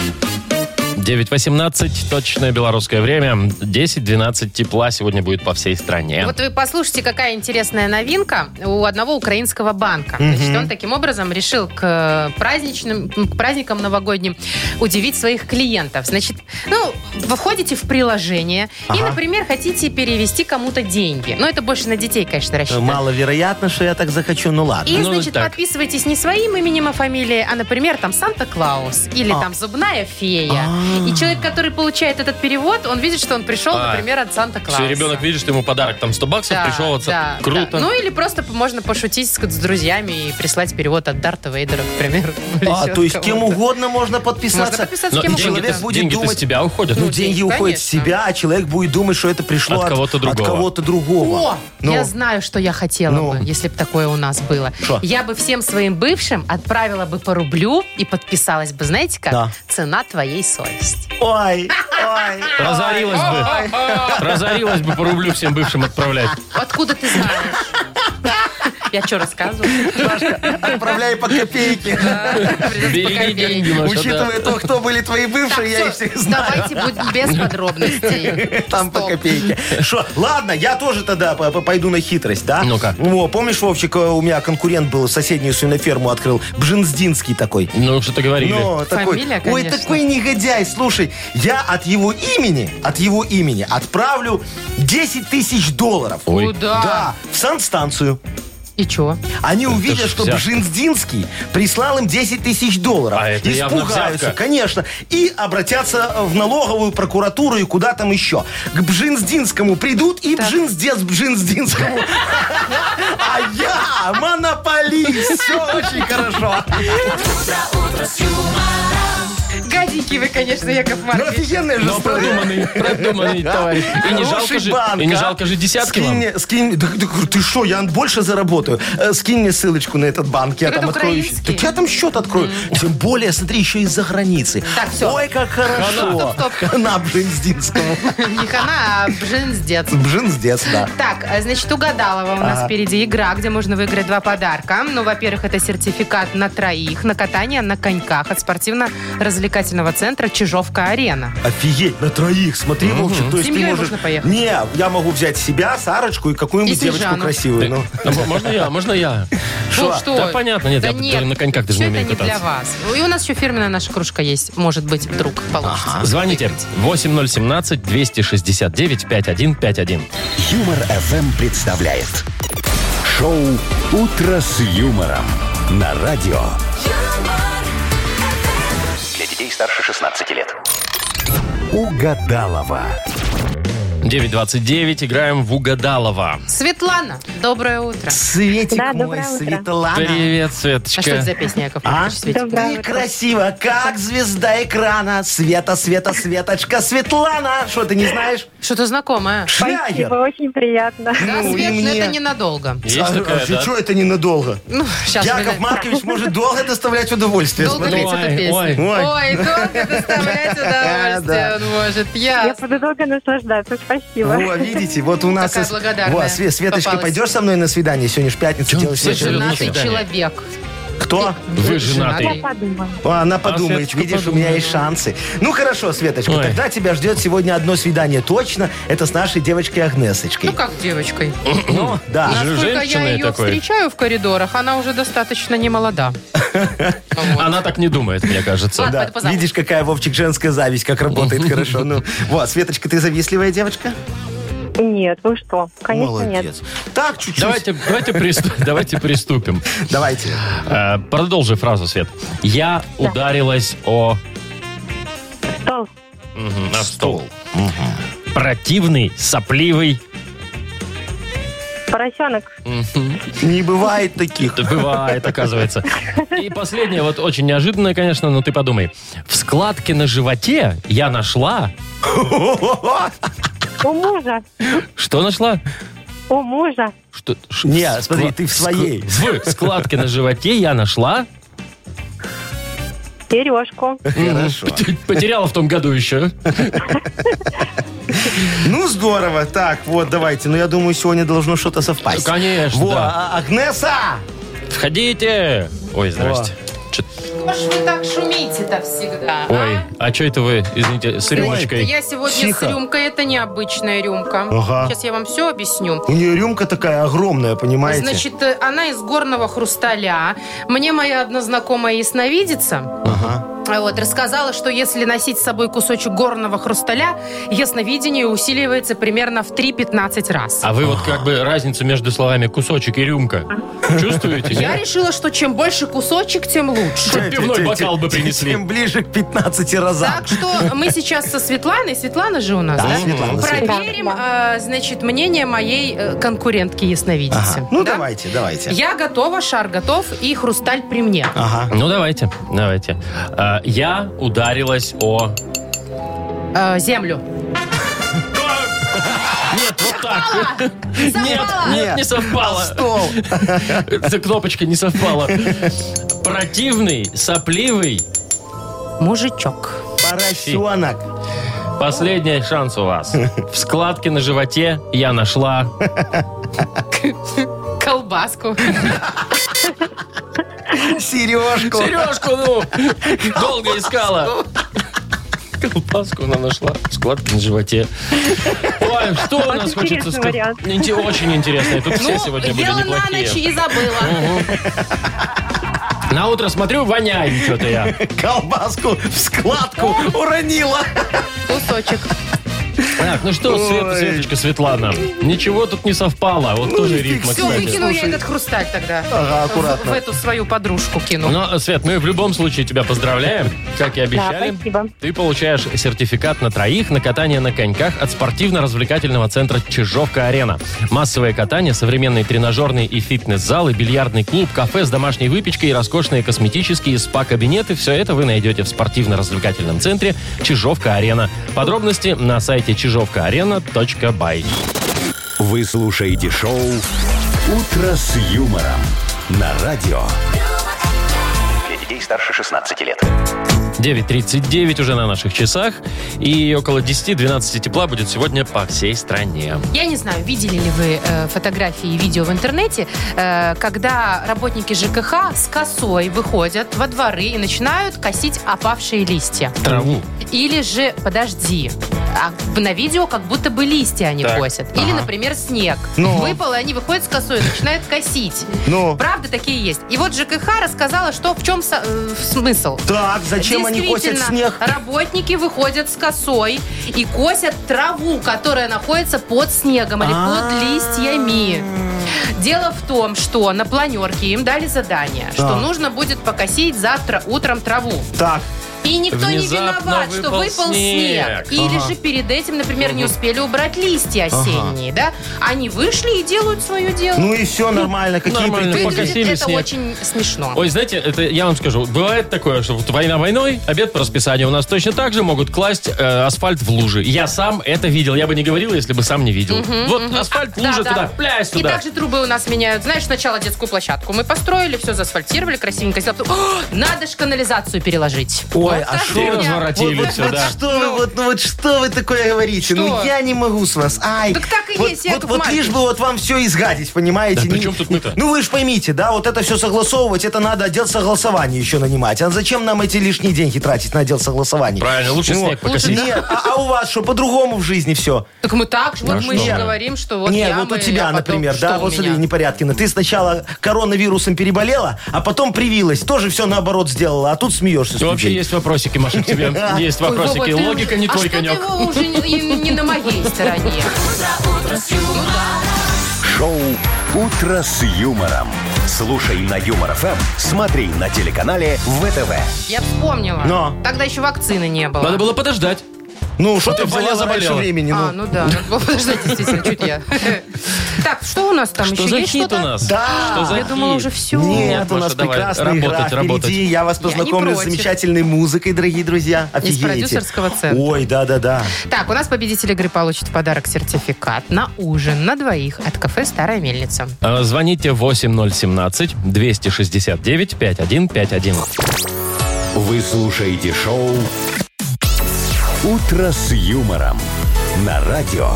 Speaker 2: 9.18, точное белорусское время. 10-12 тепла сегодня будет по всей стране.
Speaker 3: Вот вы послушайте, какая интересная новинка у одного украинского банка. Значит, он таким образом решил к э, праздничным, к праздникам новогодним удивить своих клиентов. Значит, ну, вы входите в приложение и,
Speaker 4: Ага.
Speaker 3: например, хотите перевести кому-то деньги. Но это больше на детей, конечно, рассчитано.
Speaker 4: маловероятно, что я так захочу, ну ладно.
Speaker 3: И,
Speaker 2: Ну,
Speaker 3: значит,
Speaker 2: так.
Speaker 3: подписывайтесь не своим именем и фамилией, а, например, там Санта-Клаус
Speaker 4: А.
Speaker 3: или там Зубная фея. И человек, который получает этот перевод, он видит, что он пришел,
Speaker 2: А.
Speaker 3: например, от Санта-Клауса.
Speaker 2: Все, ребенок видит, что ему подарок там 100 баксов
Speaker 3: Да,
Speaker 2: пришел от
Speaker 3: да,
Speaker 2: Круто.
Speaker 3: да. Ну или просто можно пошутить с, с друзьями и прислать перевод от Дарта Вейдера, к примеру. [laughs] Или
Speaker 4: А,
Speaker 3: еще
Speaker 4: то
Speaker 3: от
Speaker 4: есть кем
Speaker 3: кого-то.
Speaker 4: угодно можно подписаться.
Speaker 3: Можно подписаться
Speaker 2: Но
Speaker 3: с кем
Speaker 4: деньги-то-
Speaker 3: угодно.
Speaker 4: человек будет
Speaker 2: деньги-то
Speaker 4: думать-
Speaker 2: с тебя уходят.
Speaker 4: Ну,
Speaker 3: Ну,
Speaker 4: деньги
Speaker 3: деньги,
Speaker 4: уходят с
Speaker 3: конечно.
Speaker 4: тебя, а человек будет думать, что это пришло
Speaker 2: От
Speaker 4: от,
Speaker 2: кого-то другого.
Speaker 4: От кого-то другого.
Speaker 3: О,
Speaker 4: Ну,
Speaker 3: я знаю, что я хотела
Speaker 4: Ну.
Speaker 3: бы, если бы такое у нас было.
Speaker 4: Шо?
Speaker 3: Я бы всем своим бывшим отправила бы по рублю и подписалась бы, знаете как?
Speaker 4: Да.
Speaker 3: Цена твоей совести.
Speaker 4: Ой,
Speaker 3: [laughs]
Speaker 4: ой.
Speaker 2: Разорилась бы. Разорилась бы по рублю всем бывшим отправлять.
Speaker 3: [laughs] Откуда ты знаешь? Я что, рассказываю?
Speaker 4: Отправляй по копейке.
Speaker 3: [laughs]
Speaker 2: Береги деньги, Маша, да.
Speaker 4: Учитывая то, кто были твои бывшие, я их всех знаю.
Speaker 3: Давайте будем без подробностей.
Speaker 4: [laughs] Там по
Speaker 3: Стоп.
Speaker 4: копейке. Шо, ладно, я тоже тогда по- по- пойду на хитрость, да?
Speaker 2: Ну-ка.
Speaker 4: Во, помнишь, Вовчик, э, у меня конкурент был, соседнюю свиноферму открыл, Бжинздинский такой.
Speaker 2: Ну, что-то говорили.
Speaker 4: Ну, такой,
Speaker 3: Фамилия,
Speaker 4: ой,
Speaker 3: конечно.
Speaker 4: такой негодяй, слушай, я от его имени, от его имени отправлю 10 тысяч долларов.
Speaker 2: Ой.
Speaker 3: Куда?
Speaker 4: Да, в санстанцию.
Speaker 3: И что?
Speaker 4: Они увидят,
Speaker 2: ж
Speaker 4: что
Speaker 2: взятка.
Speaker 4: Бжинздинский прислал им 10 тысяч долларов.
Speaker 2: А это явно
Speaker 4: Испугаются,
Speaker 2: взятка.
Speaker 4: конечно. И обратятся э, в налоговую прокуратуру и куда там еще. К Бжинздинскому придут и Бжинздец Бжинздинскому. А я монополист. Все очень хорошо.
Speaker 3: Гаденький вы, конечно, Яков
Speaker 4: Ну,
Speaker 3: Маркович.
Speaker 4: офигенная же
Speaker 2: Но
Speaker 4: страна.
Speaker 2: продуманный,
Speaker 4: [laughs]
Speaker 2: продуманный товарищ. И не
Speaker 4: Хороший
Speaker 2: жалко же,
Speaker 4: банк,
Speaker 2: и не
Speaker 4: а?
Speaker 2: жалко же десятки
Speaker 4: скинь,
Speaker 2: вам.
Speaker 4: мне- скинь, мне- да, да, говорю, ты что, я больше заработаю. Э, Скинь мне ссылочку на этот банк, я
Speaker 3: Так
Speaker 4: там
Speaker 3: это
Speaker 4: открою.
Speaker 3: украинский.
Speaker 4: счет. Так я там счет открою. Тем более, смотри, еще из-за границы.
Speaker 3: Так, всё.
Speaker 4: Ой, как хорошо.
Speaker 3: Стоп, стоп.
Speaker 4: На Бжензинскому.
Speaker 2: Ну,
Speaker 3: Не хана, а бженздец.
Speaker 4: Бженздец, да.
Speaker 3: Так, э, значит, угадалова у нас
Speaker 2: А.
Speaker 3: впереди игра, где можно выиграть два подарка. Ну, во-первых, это сертификат на троих на катание на коньках от спортивно-развлекательного центра «Чижовка-арена».
Speaker 4: Офигеть, на троих, смотри, Вовчик. То есть ты
Speaker 3: Семьей
Speaker 4: можешь...
Speaker 3: можно поехать.
Speaker 4: Не, я могу взять себя, Сарочку и
Speaker 3: И
Speaker 4: какую-нибудь девочку
Speaker 3: Снежану.
Speaker 4: красивую. ну.
Speaker 2: Да, м- Можно я, можно я.
Speaker 3: Ну, что?
Speaker 2: Да понятно, нет, я на коньках даже
Speaker 3: всё
Speaker 2: не умею
Speaker 3: это не для
Speaker 2: кататься.
Speaker 3: вас. И у нас еще фирменная наша кружка есть. Может быть, вдруг получится.
Speaker 2: Звоните 8017-269-5151.
Speaker 1: Юмор FM представляет шоу Утро с юмором на радио.
Speaker 6: Для детей старше 16 лет.
Speaker 1: Угадалова.
Speaker 2: 929, играем в Угадалова.
Speaker 3: Светлана, доброе утро.
Speaker 4: Светик
Speaker 7: Да,
Speaker 4: мой,
Speaker 7: доброе утро.
Speaker 4: Светлана.
Speaker 2: Привет,
Speaker 3: А что это за
Speaker 2: Светочка.
Speaker 3: песня, Яков
Speaker 4: А?
Speaker 3: Маркович, Светик?
Speaker 7: Доброе
Speaker 4: Ты красива, как звезда экрана. Света, Света, Светочка, Светлана. Что, ты не знаешь?
Speaker 3: Что-то знакомое.
Speaker 7: Спасибо,
Speaker 4: Шлягер.
Speaker 7: очень приятно.
Speaker 3: Да,
Speaker 4: Ну, и
Speaker 3: Свет, но
Speaker 4: мне.
Speaker 3: это ненадолго.
Speaker 2: Есть такая, да?
Speaker 4: что это ненадолго?
Speaker 3: Ну, сейчас.
Speaker 4: Яков Маркович может долго доставлять удовольствие.
Speaker 3: Долго
Speaker 4: смотри.
Speaker 3: ли эта
Speaker 2: Ой,
Speaker 3: песня?
Speaker 2: ой.
Speaker 4: Ой.
Speaker 3: Ой, долго доставлять удовольствие
Speaker 4: [laughs] Да.
Speaker 3: он может.
Speaker 7: Я
Speaker 3: Я...
Speaker 7: буду долго наслаждаться, спасибо.
Speaker 4: Во, видите, вот у нас...
Speaker 3: Такая
Speaker 4: из-
Speaker 3: благодарная
Speaker 4: Во, Све- Светочка,
Speaker 3: попалась.
Speaker 4: пойдешь со мной на свидание? Сегодня же пятница,
Speaker 2: Чё,
Speaker 4: делать
Speaker 2: Свет,
Speaker 4: вечером.
Speaker 2: серьезно?
Speaker 3: Женатый
Speaker 2: свидания.
Speaker 3: человек.
Speaker 4: Кто?
Speaker 2: Вы
Speaker 7: Я
Speaker 2: женатый.
Speaker 7: подумала.
Speaker 4: А, Она подумает,
Speaker 2: Светочка
Speaker 4: видишь, у меня
Speaker 2: подумает.
Speaker 4: есть шансы. Ну хорошо, Светочка,
Speaker 2: Ой.
Speaker 4: тогда тебя ждет сегодня одно свидание точно. Это с нашей девочкой Агнесочкой.
Speaker 3: Ну, как девочкой.
Speaker 4: Ну, да.
Speaker 2: Ж-
Speaker 3: Насколько я
Speaker 2: женщиной
Speaker 3: ее
Speaker 2: такой.
Speaker 3: встречаю в коридорах, она уже достаточно
Speaker 4: [laughs]
Speaker 3: немолода.
Speaker 4: А-
Speaker 3: Вот.
Speaker 2: Она так не думает, мне кажется.
Speaker 3: Ладно.
Speaker 4: Да.
Speaker 3: пойду позову.
Speaker 4: Видишь, какая Вовчик женская зависть,
Speaker 2: [laughs]
Speaker 4: как работает хорошо. Ну, вот, Светочка, ты завистливая девочка?
Speaker 7: Нет, вы что? Конечно, нет.
Speaker 4: Молодец. Так, чуть-чуть.
Speaker 2: Давайте, давайте, присту- [laughs] давайте приступим.
Speaker 4: Давайте.
Speaker 2: Э, Продолжи фразу, Свет. Я ударилась о...
Speaker 7: Стол.
Speaker 2: Мгм, о стол. Мгм. Противный, сопливый.
Speaker 7: Поросенок.
Speaker 4: Не бывает таких.
Speaker 2: Это бывает, оказывается. И последнее, вот очень неожиданное, конечно, но ты подумай. В складке на животе я нашла...
Speaker 7: У мужа.
Speaker 2: Что нашла?
Speaker 7: У мужа.
Speaker 2: Что? ш-
Speaker 4: Не,
Speaker 2: в
Speaker 4: смотри,
Speaker 2: склад-
Speaker 4: ты в своей.
Speaker 2: ск- В складке на животе я нашла...
Speaker 7: Сережку.
Speaker 4: Хорошо.
Speaker 2: Пот- Потеряла в том году еще.
Speaker 4: Ну, здорово. Так, вот, давайте. Ну, я думаю, сегодня должно что-то совпасть.
Speaker 2: Конечно,
Speaker 4: Во,
Speaker 2: да.
Speaker 4: а- Агнеса!
Speaker 2: Входите! Ой, здрасте. Чё-
Speaker 3: Что ж вы так шумите-то всегда? а?
Speaker 2: Ой, а что это вы, извините, с рюмочкой?
Speaker 3: Я сегодня
Speaker 4: Тихо.
Speaker 3: с рюмкой, это необычная рюмка.
Speaker 4: Ага.
Speaker 3: Сейчас я вам все объясню.
Speaker 4: У нее рюмка такая огромная, понимаете?
Speaker 3: Значит, э, она из горного хрусталя. Мне моя одна знакомая ясновидица
Speaker 4: Ага.
Speaker 3: э, вот, рассказала, что если носить с собой кусочек горного хрусталя, ясновидение усиливается примерно в 3-15 раз.
Speaker 2: А вы вот как бы разницу между словами кусочек и рюмка чувствуете?
Speaker 4: Э.
Speaker 3: Я
Speaker 2: нет?
Speaker 3: решила, что чем больше кусочек, тем лучше.
Speaker 2: Чтоб пивной бокал бы принесли.
Speaker 4: Чем ближе к 15 разам.
Speaker 3: Так что мы сейчас со Светланой, Светлана же у нас,
Speaker 4: Да,
Speaker 3: да?
Speaker 4: Светлана,
Speaker 3: Проверим, э, значит, мнение моей э, конкурентки ясновидицы.
Speaker 4: Ага. Ну,
Speaker 3: Да?
Speaker 4: давайте, давайте.
Speaker 3: Я готова, шар готов и хрусталь при мне.
Speaker 4: Ага.
Speaker 2: Ну давайте, давайте. А, Я ударилась о...
Speaker 3: Э, землю.
Speaker 2: Нет, вот так. Нет,
Speaker 3: Совпало.
Speaker 2: нет, не совпало.
Speaker 4: Стол.
Speaker 2: Эта кнопочка не совпала. Противный, сопливый.
Speaker 3: Мужичок.
Speaker 4: Поросенок.
Speaker 2: Последний шанс у вас. В складке на животе я нашла...
Speaker 3: Колбаску.
Speaker 4: Сережку.
Speaker 2: Сережку, ну! Долго искала. Колбаску она нашла. Складки на животе. Ой, что у нас
Speaker 7: Очень
Speaker 2: хочется
Speaker 7: интересный
Speaker 2: сказать?
Speaker 7: вариант.
Speaker 2: Инте- Очень интересно. Тут все сегодня были
Speaker 3: ела Ну, на ночь
Speaker 2: неплохие.
Speaker 3: и
Speaker 2: [laughs]
Speaker 3: забыла.
Speaker 2: На утро смотрю, воняю что-то я.
Speaker 4: Колбаску в складку уронила.
Speaker 3: Кусочек.
Speaker 2: Так, ну что, Свет, Светочка, Светлана, ничего тут не совпало. Вот тоже рифма,
Speaker 3: Все,
Speaker 2: кстати.
Speaker 3: выкину я этот хрусталь тогда. В,
Speaker 4: Ага,
Speaker 3: в
Speaker 4: аккуратно.
Speaker 3: эту свою подружку кину.
Speaker 2: Но, Свет, мы в любом случае тебя поздравляем, как и обещали.
Speaker 7: спасибо.
Speaker 2: Ты получаешь сертификат на троих на катание на коньках от спортивно-развлекательного центра «Чижовка-арена». Массовое катание, современные тренажерные и фитнес-залы, бильярдный клуб, кафе с домашней выпечкой и роскошные косметические и спа-кабинеты – все это вы найдете в спортивно-развлекательном центре «Чижовка-арена». Подробности на сайте чижовкаарена.бай.
Speaker 1: Вы слушаете шоу «Утро с юмором» на радио.
Speaker 8: Для детей старше 16 лет.
Speaker 2: 9.39 уже на наших часах. И около 10-12 тепла будет сегодня по всей стране.
Speaker 3: Я не знаю, видели ли вы э, фотографии и видео в интернете, э, когда работники ЖКХ с косой выходят во дворы и начинают косить опавшие листья.
Speaker 2: Траву.
Speaker 3: Или же, подожди, а в- на видео как будто бы листья они
Speaker 2: Так.
Speaker 3: косят. Или, например, снег.
Speaker 4: Ну.
Speaker 3: Выпало, они выходят с косой и начинают косить.
Speaker 4: Ну,
Speaker 3: Правда, такие есть. И вот ЖКХ рассказала, что в чем со- э, в смысл.
Speaker 9: Так, зачем они косят
Speaker 3: Действительно,
Speaker 9: снег?
Speaker 3: Работники выходят с косой и косят траву, которая находится под снегом или
Speaker 9: А.
Speaker 3: под листьями. Дело в том, что на планерке им дали задание, что нужно будет покосить завтра утром траву.
Speaker 4: так.
Speaker 3: И никто не
Speaker 2: Внезапно
Speaker 3: виноват, что
Speaker 2: выпал
Speaker 3: выпал
Speaker 2: снег.
Speaker 3: снег. Или же перед этим, например, не успели убрать листья осенние, да? Они вышли и делают свое дело.
Speaker 4: Ну и все нормально. Какие
Speaker 2: нормально.
Speaker 4: приколы?
Speaker 3: Выглядит
Speaker 2: покосили
Speaker 3: это
Speaker 2: снег.
Speaker 3: очень смешно.
Speaker 2: Ой, знаете, это я вам скажу, бывает такое, что вот война войной, обед по расписанию. У нас точно так же могут класть э, асфальт в лужи. Я сам это видел. Я бы не говорил, если бы сам не видел. вот асфальт,
Speaker 3: Да,
Speaker 2: лужа
Speaker 3: да.
Speaker 2: туда, плясь
Speaker 3: И
Speaker 2: туда.
Speaker 3: также трубы у нас меняют. Знаешь, сначала детскую площадку мы построили, все заасфальтировали, красивенько. сделали. Потом, «О, надо ж канализацию переложить.
Speaker 9: Ой,
Speaker 3: Вот
Speaker 9: а
Speaker 3: так
Speaker 9: шо
Speaker 2: И
Speaker 3: меня-
Speaker 2: разворотили
Speaker 4: Вот,
Speaker 2: всё,
Speaker 4: вот
Speaker 2: да.
Speaker 4: что, вы, вот, ну вот что вы такое говорите?
Speaker 3: Что?
Speaker 4: Ну я не могу с вас. Ай.
Speaker 3: Так так и
Speaker 4: вот,
Speaker 3: есть,
Speaker 4: вот,
Speaker 3: Яков
Speaker 4: вот лишь
Speaker 3: Маркович.
Speaker 4: бы вот вам все изгадить, понимаете?
Speaker 2: Да при
Speaker 4: Не-
Speaker 2: чем тут мы-то?
Speaker 4: Ну вы же поймите, да, вот это все согласовывать, это надо отдел согласования еще нанимать. А зачем нам эти лишние деньги тратить на отдел согласования?
Speaker 2: Правильно, лучше снег покосить.
Speaker 4: Нет, а, а у вас что, по-другому в жизни все?
Speaker 3: Так мы так же, вот мы
Speaker 4: А что?
Speaker 3: же говорим, что вот
Speaker 4: Не, ну,
Speaker 3: я
Speaker 4: вот у
Speaker 3: мы,
Speaker 4: тебя,
Speaker 3: а потом
Speaker 4: например,
Speaker 3: что
Speaker 4: да,
Speaker 3: у
Speaker 4: вот смотри,
Speaker 3: меня?
Speaker 4: Непорядкина, ты сначала коронавирусом переболела, а потом привилась, тоже все наоборот сделала, а тут смеешься. с
Speaker 2: И вообще
Speaker 4: людей.
Speaker 2: есть вопросики, Маша, к [laughs] тебе. Есть
Speaker 3: Ой, Вова,
Speaker 2: вопросики.
Speaker 3: ты
Speaker 2: Логика
Speaker 3: уж-
Speaker 2: не
Speaker 3: а
Speaker 2: твой
Speaker 3: что
Speaker 2: конек.
Speaker 3: ты, Вова, уже не, и не на моей стороне.
Speaker 1: Шоу «Утро с юмором». Слушай на Юмор ФМ, смотри на телеканале ВТВ.
Speaker 3: Я вспомнила.
Speaker 4: Но.
Speaker 3: Тогда еще вакцины не было.
Speaker 2: Надо было подождать.
Speaker 4: Ну, что ты
Speaker 2: ты взяла,
Speaker 4: взяла раньше
Speaker 2: заболела?
Speaker 4: времени?
Speaker 3: А,
Speaker 4: ну?
Speaker 3: ну да. надо было подождать, действительно, чуть я. [laughs] Так, что у нас там
Speaker 2: Что
Speaker 3: еще
Speaker 2: за
Speaker 3: есть
Speaker 2: хит у
Speaker 3: что-то?
Speaker 2: нас?
Speaker 4: Да.
Speaker 2: Что за
Speaker 3: Я думала,
Speaker 2: хит?
Speaker 3: уже все.
Speaker 4: Нет, у
Speaker 2: Маша,
Speaker 4: нас
Speaker 2: давай,
Speaker 4: прекрасная
Speaker 2: работать,
Speaker 4: игра
Speaker 2: работать.
Speaker 4: впереди. Я вас
Speaker 3: Я не
Speaker 4: познакомлю с
Speaker 3: против.
Speaker 4: замечательной музыкой, дорогие друзья.
Speaker 3: Из
Speaker 4: Офигеете.
Speaker 3: продюсерского центра.
Speaker 4: Ой, да-да-да.
Speaker 3: Так, у нас победитель игры получит в подарок сертификат на ужин на двоих от кафе «Старая мельница».
Speaker 2: Э, Звоните 8017-269-5151.
Speaker 1: Вы слушаете шоу «Утро с юмором» на радио.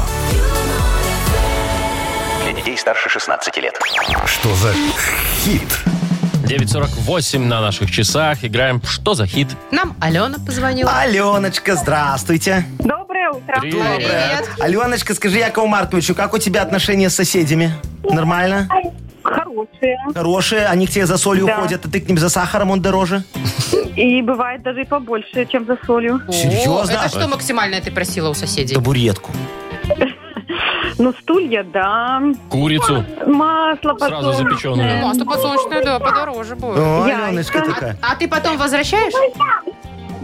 Speaker 8: Для детей старше 16 лет.
Speaker 1: Что за хит?
Speaker 2: 9.48 на наших часах. Играем «Что за хит?»
Speaker 3: Нам Алена позвонила.
Speaker 4: Аленочка, здравствуйте.
Speaker 7: Доброе утро.
Speaker 2: Привет.
Speaker 3: Привет.
Speaker 4: Аленочка, скажи Якову Марковичу, как у тебя отношения с соседями? Нормально?
Speaker 7: Хорошие.
Speaker 4: Хорошие? Они к тебе за солью
Speaker 7: Да.
Speaker 4: ходят, а ты к ним за сахаром, он дороже?
Speaker 7: И бывает даже и побольше, чем за солью.
Speaker 3: О,
Speaker 4: Серьезно?
Speaker 3: Это что максимально ты просила у соседей?
Speaker 4: Табуретку.
Speaker 7: Ну, стулья, да.
Speaker 2: Курицу.
Speaker 7: Масло
Speaker 2: Сразу запеченную.
Speaker 7: подсолнечное.
Speaker 3: Ну, Масло подсолнечное, да, подороже
Speaker 2: Ну,
Speaker 3: будет.
Speaker 4: О,
Speaker 7: Яйца.
Speaker 4: Аленочка такая.
Speaker 3: А ты потом возвращаешь?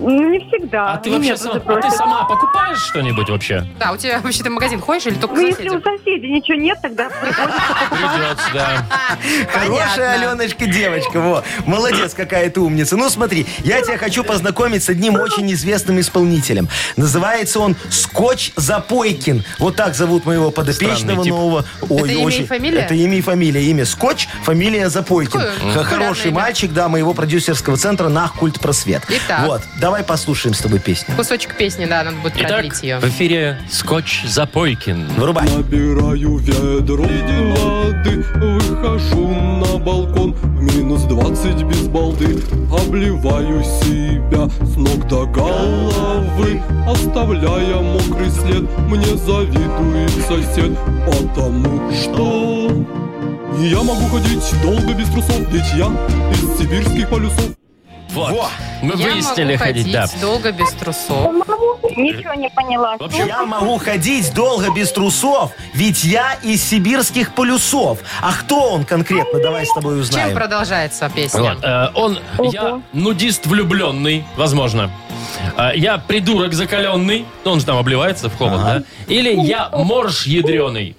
Speaker 7: Ну, не всегда.
Speaker 2: А ты вообще
Speaker 7: Нет,
Speaker 2: сам-
Speaker 7: это
Speaker 2: а ты
Speaker 7: просто-
Speaker 2: сама покупаешь что-нибудь вообще?
Speaker 3: Да, у тебя вообще ты в магазин ходишь или только к
Speaker 7: Ну, если у
Speaker 3: соседям?
Speaker 7: соседей ничего нет, тогда приходится
Speaker 2: Придется, да.
Speaker 4: Хорошая Аленочка девочка, во. Молодец, какая ты умница. Ну смотри, я тебя хочу познакомить с одним очень известным исполнителем. Называется он Скотч Запойкин. Вот так зовут моего подопечного
Speaker 2: Странный тип.
Speaker 4: нового.
Speaker 3: Это имя и фамилия?
Speaker 4: Это имя и фамилия. Имя Скотч, фамилия Запойкин.
Speaker 3: Такое
Speaker 4: Х-
Speaker 3: популярное
Speaker 4: Хороший
Speaker 3: имя.
Speaker 4: мальчик, да, моего продюсерского центра «Нах Культ Просвет».
Speaker 3: Итак.
Speaker 4: Вот, давай послушаем с тобой песню.
Speaker 3: Кусочек песни, да, надо будет
Speaker 2: Итак,
Speaker 3: продлить ее.
Speaker 2: в эфире «Скотч Запойкин».
Speaker 4: Вырубай.
Speaker 10: Набираю ведро воды, выхожу на балкон в минус 20 без балды, обливаю себя с ног до головы, оставляя мокрый след. Мне завидует сосед, потому что я могу ходить долго без трусов, ведь я из сибирских полюсов.
Speaker 2: Вот. Мы
Speaker 3: Я
Speaker 2: выяснили
Speaker 3: могу
Speaker 2: ходить, да.
Speaker 3: долго без трусов.
Speaker 7: Ничего не поняла.
Speaker 2: Вообще,
Speaker 11: Я могу ходить долго без трусов, ведь я из сибирских полюсов. А кто он конкретно? Давай с тобой
Speaker 3: Чем
Speaker 11: узнаем.
Speaker 3: продолжается песня?
Speaker 2: Вот, э, он, я нудист влюбленный, возможно. Э, я придурок закаленный, ну, он же там обливается в холод, да? Или я морж ядреный.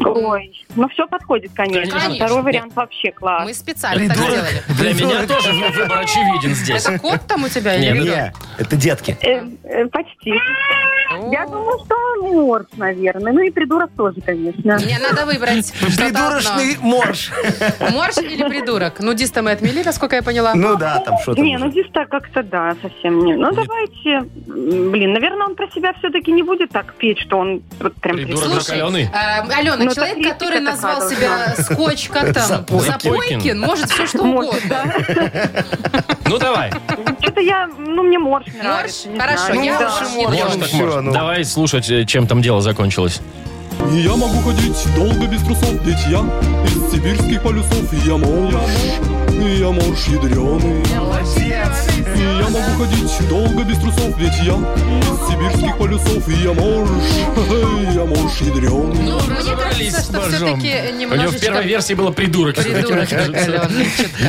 Speaker 7: Ой, ну все подходит, конечно.
Speaker 3: Конечно.
Speaker 7: Второй вариант вообще класс.
Speaker 3: Мы специально так сделали.
Speaker 2: Для меня тоже выбор очевиден здесь.
Speaker 3: Это кот там у тебя?
Speaker 2: Нет,
Speaker 3: или кто?
Speaker 11: Не, это детки.
Speaker 7: Э, э, почти. Я думаю, что он морж, наверное. Ну и придурок тоже, конечно.
Speaker 3: Мне надо выбрать Ну, что-то
Speaker 11: Придурочный
Speaker 3: [laughs]
Speaker 11: морж.
Speaker 3: одно. Морж или придурок? Нудиста мы отмели, насколько я поняла.
Speaker 11: Ну да, там что-то.
Speaker 7: Не, ну здесь так как-то да, совсем не. Ну давайте, м, блин, наверное, он про себя все-таки не будет так петь, что он вот прям
Speaker 2: Придурок.
Speaker 7: присутствует.
Speaker 3: Слушай,
Speaker 2: Закалённый?
Speaker 3: э, Алена,
Speaker 7: Ну, так
Speaker 3: человек,
Speaker 7: критика
Speaker 3: который
Speaker 7: такая
Speaker 3: назвал
Speaker 7: должна.
Speaker 3: себя скотч, как там,
Speaker 11: Запойкин.
Speaker 3: Запойкин, может все что
Speaker 7: Может,
Speaker 3: угодно.
Speaker 11: [laughs]
Speaker 2: Ну, давай.
Speaker 7: Что-то я, ну мне морж
Speaker 3: Морж,
Speaker 7: нравится. не
Speaker 3: хорошо,
Speaker 7: знаю.
Speaker 3: я
Speaker 7: Ну, да.
Speaker 3: морж не
Speaker 11: морж.
Speaker 2: Морж
Speaker 3: трогаю.
Speaker 2: так
Speaker 11: всё,
Speaker 2: морж.
Speaker 11: ну.
Speaker 2: Давай слушать, э, чем там дело закончилось.
Speaker 10: И я могу ходить долго без трусов, ведь я из сибирских полюсов. И Я морж, и я морж ядреный. И я могу ходить долго без трусов, ведь я из сибирских полюсов. И я морж, и я морж [laughs] ядреный.
Speaker 3: Ну, мне
Speaker 2: Разобрались
Speaker 3: кажется,
Speaker 2: с
Speaker 3: что
Speaker 2: моржом.
Speaker 3: все-таки
Speaker 2: У него в первой
Speaker 3: немножечко
Speaker 2: версии было придурок.
Speaker 3: придурок, Алена,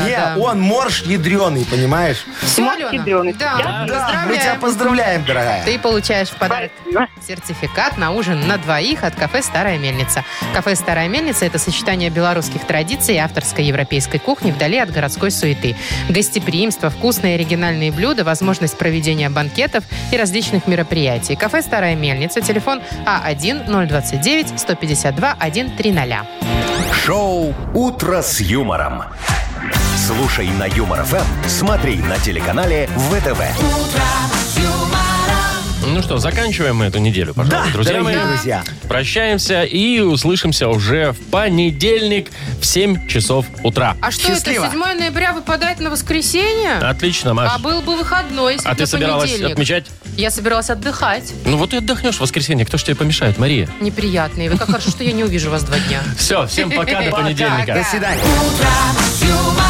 Speaker 11: Не, он морж ядреный, понимаешь?
Speaker 3: Все,
Speaker 7: Морж
Speaker 3: Алена,
Speaker 7: ядреный.
Speaker 3: да,
Speaker 11: Да, мы тебя
Speaker 3: поздравляем.
Speaker 11: поздравляем, дорогая.
Speaker 3: Ты получаешь в подарок
Speaker 7: Спасибо.
Speaker 3: сертификат на ужин на двоих от кафе «Старая мельница». Кафе «Старая мельница» — это сочетание белорусских традиций и авторской европейской кухни вдали от городской суеты. Гостеприимство, вкусные оригинальные блюда, возможность проведения банкетов и различных мероприятий. Кафе «Старая мельница», телефон А А1-029-152-130.
Speaker 1: Шоу «Утро с юмором». Слушай на Юмор ФМ, смотри на телеканале ВТВ.
Speaker 2: Ну что, заканчиваем мы эту неделю,
Speaker 11: Да,
Speaker 2: пожалуйста, друзья мои.
Speaker 11: дорогие друзья.
Speaker 2: Прощаемся и услышимся уже в понедельник в 7 часов утра.
Speaker 3: А что
Speaker 11: Счастливо.
Speaker 3: это, 7 ноября выпадает на воскресенье?
Speaker 2: Отлично, Маш.
Speaker 3: А был бы выходной, если
Speaker 2: А
Speaker 3: бы
Speaker 2: ты собиралась
Speaker 3: понедельник.
Speaker 2: отмечать?
Speaker 3: Я собиралась отдыхать.
Speaker 2: Ну вот и отдохнешь в воскресенье. Кто ж тебе помешает, Мария?
Speaker 3: Неприятные. Вы как хорошо, что я не увижу вас два дня.
Speaker 2: Все, всем пока до
Speaker 3: Пока.
Speaker 2: понедельника.
Speaker 11: До свидания.
Speaker 12: Утро с юмором.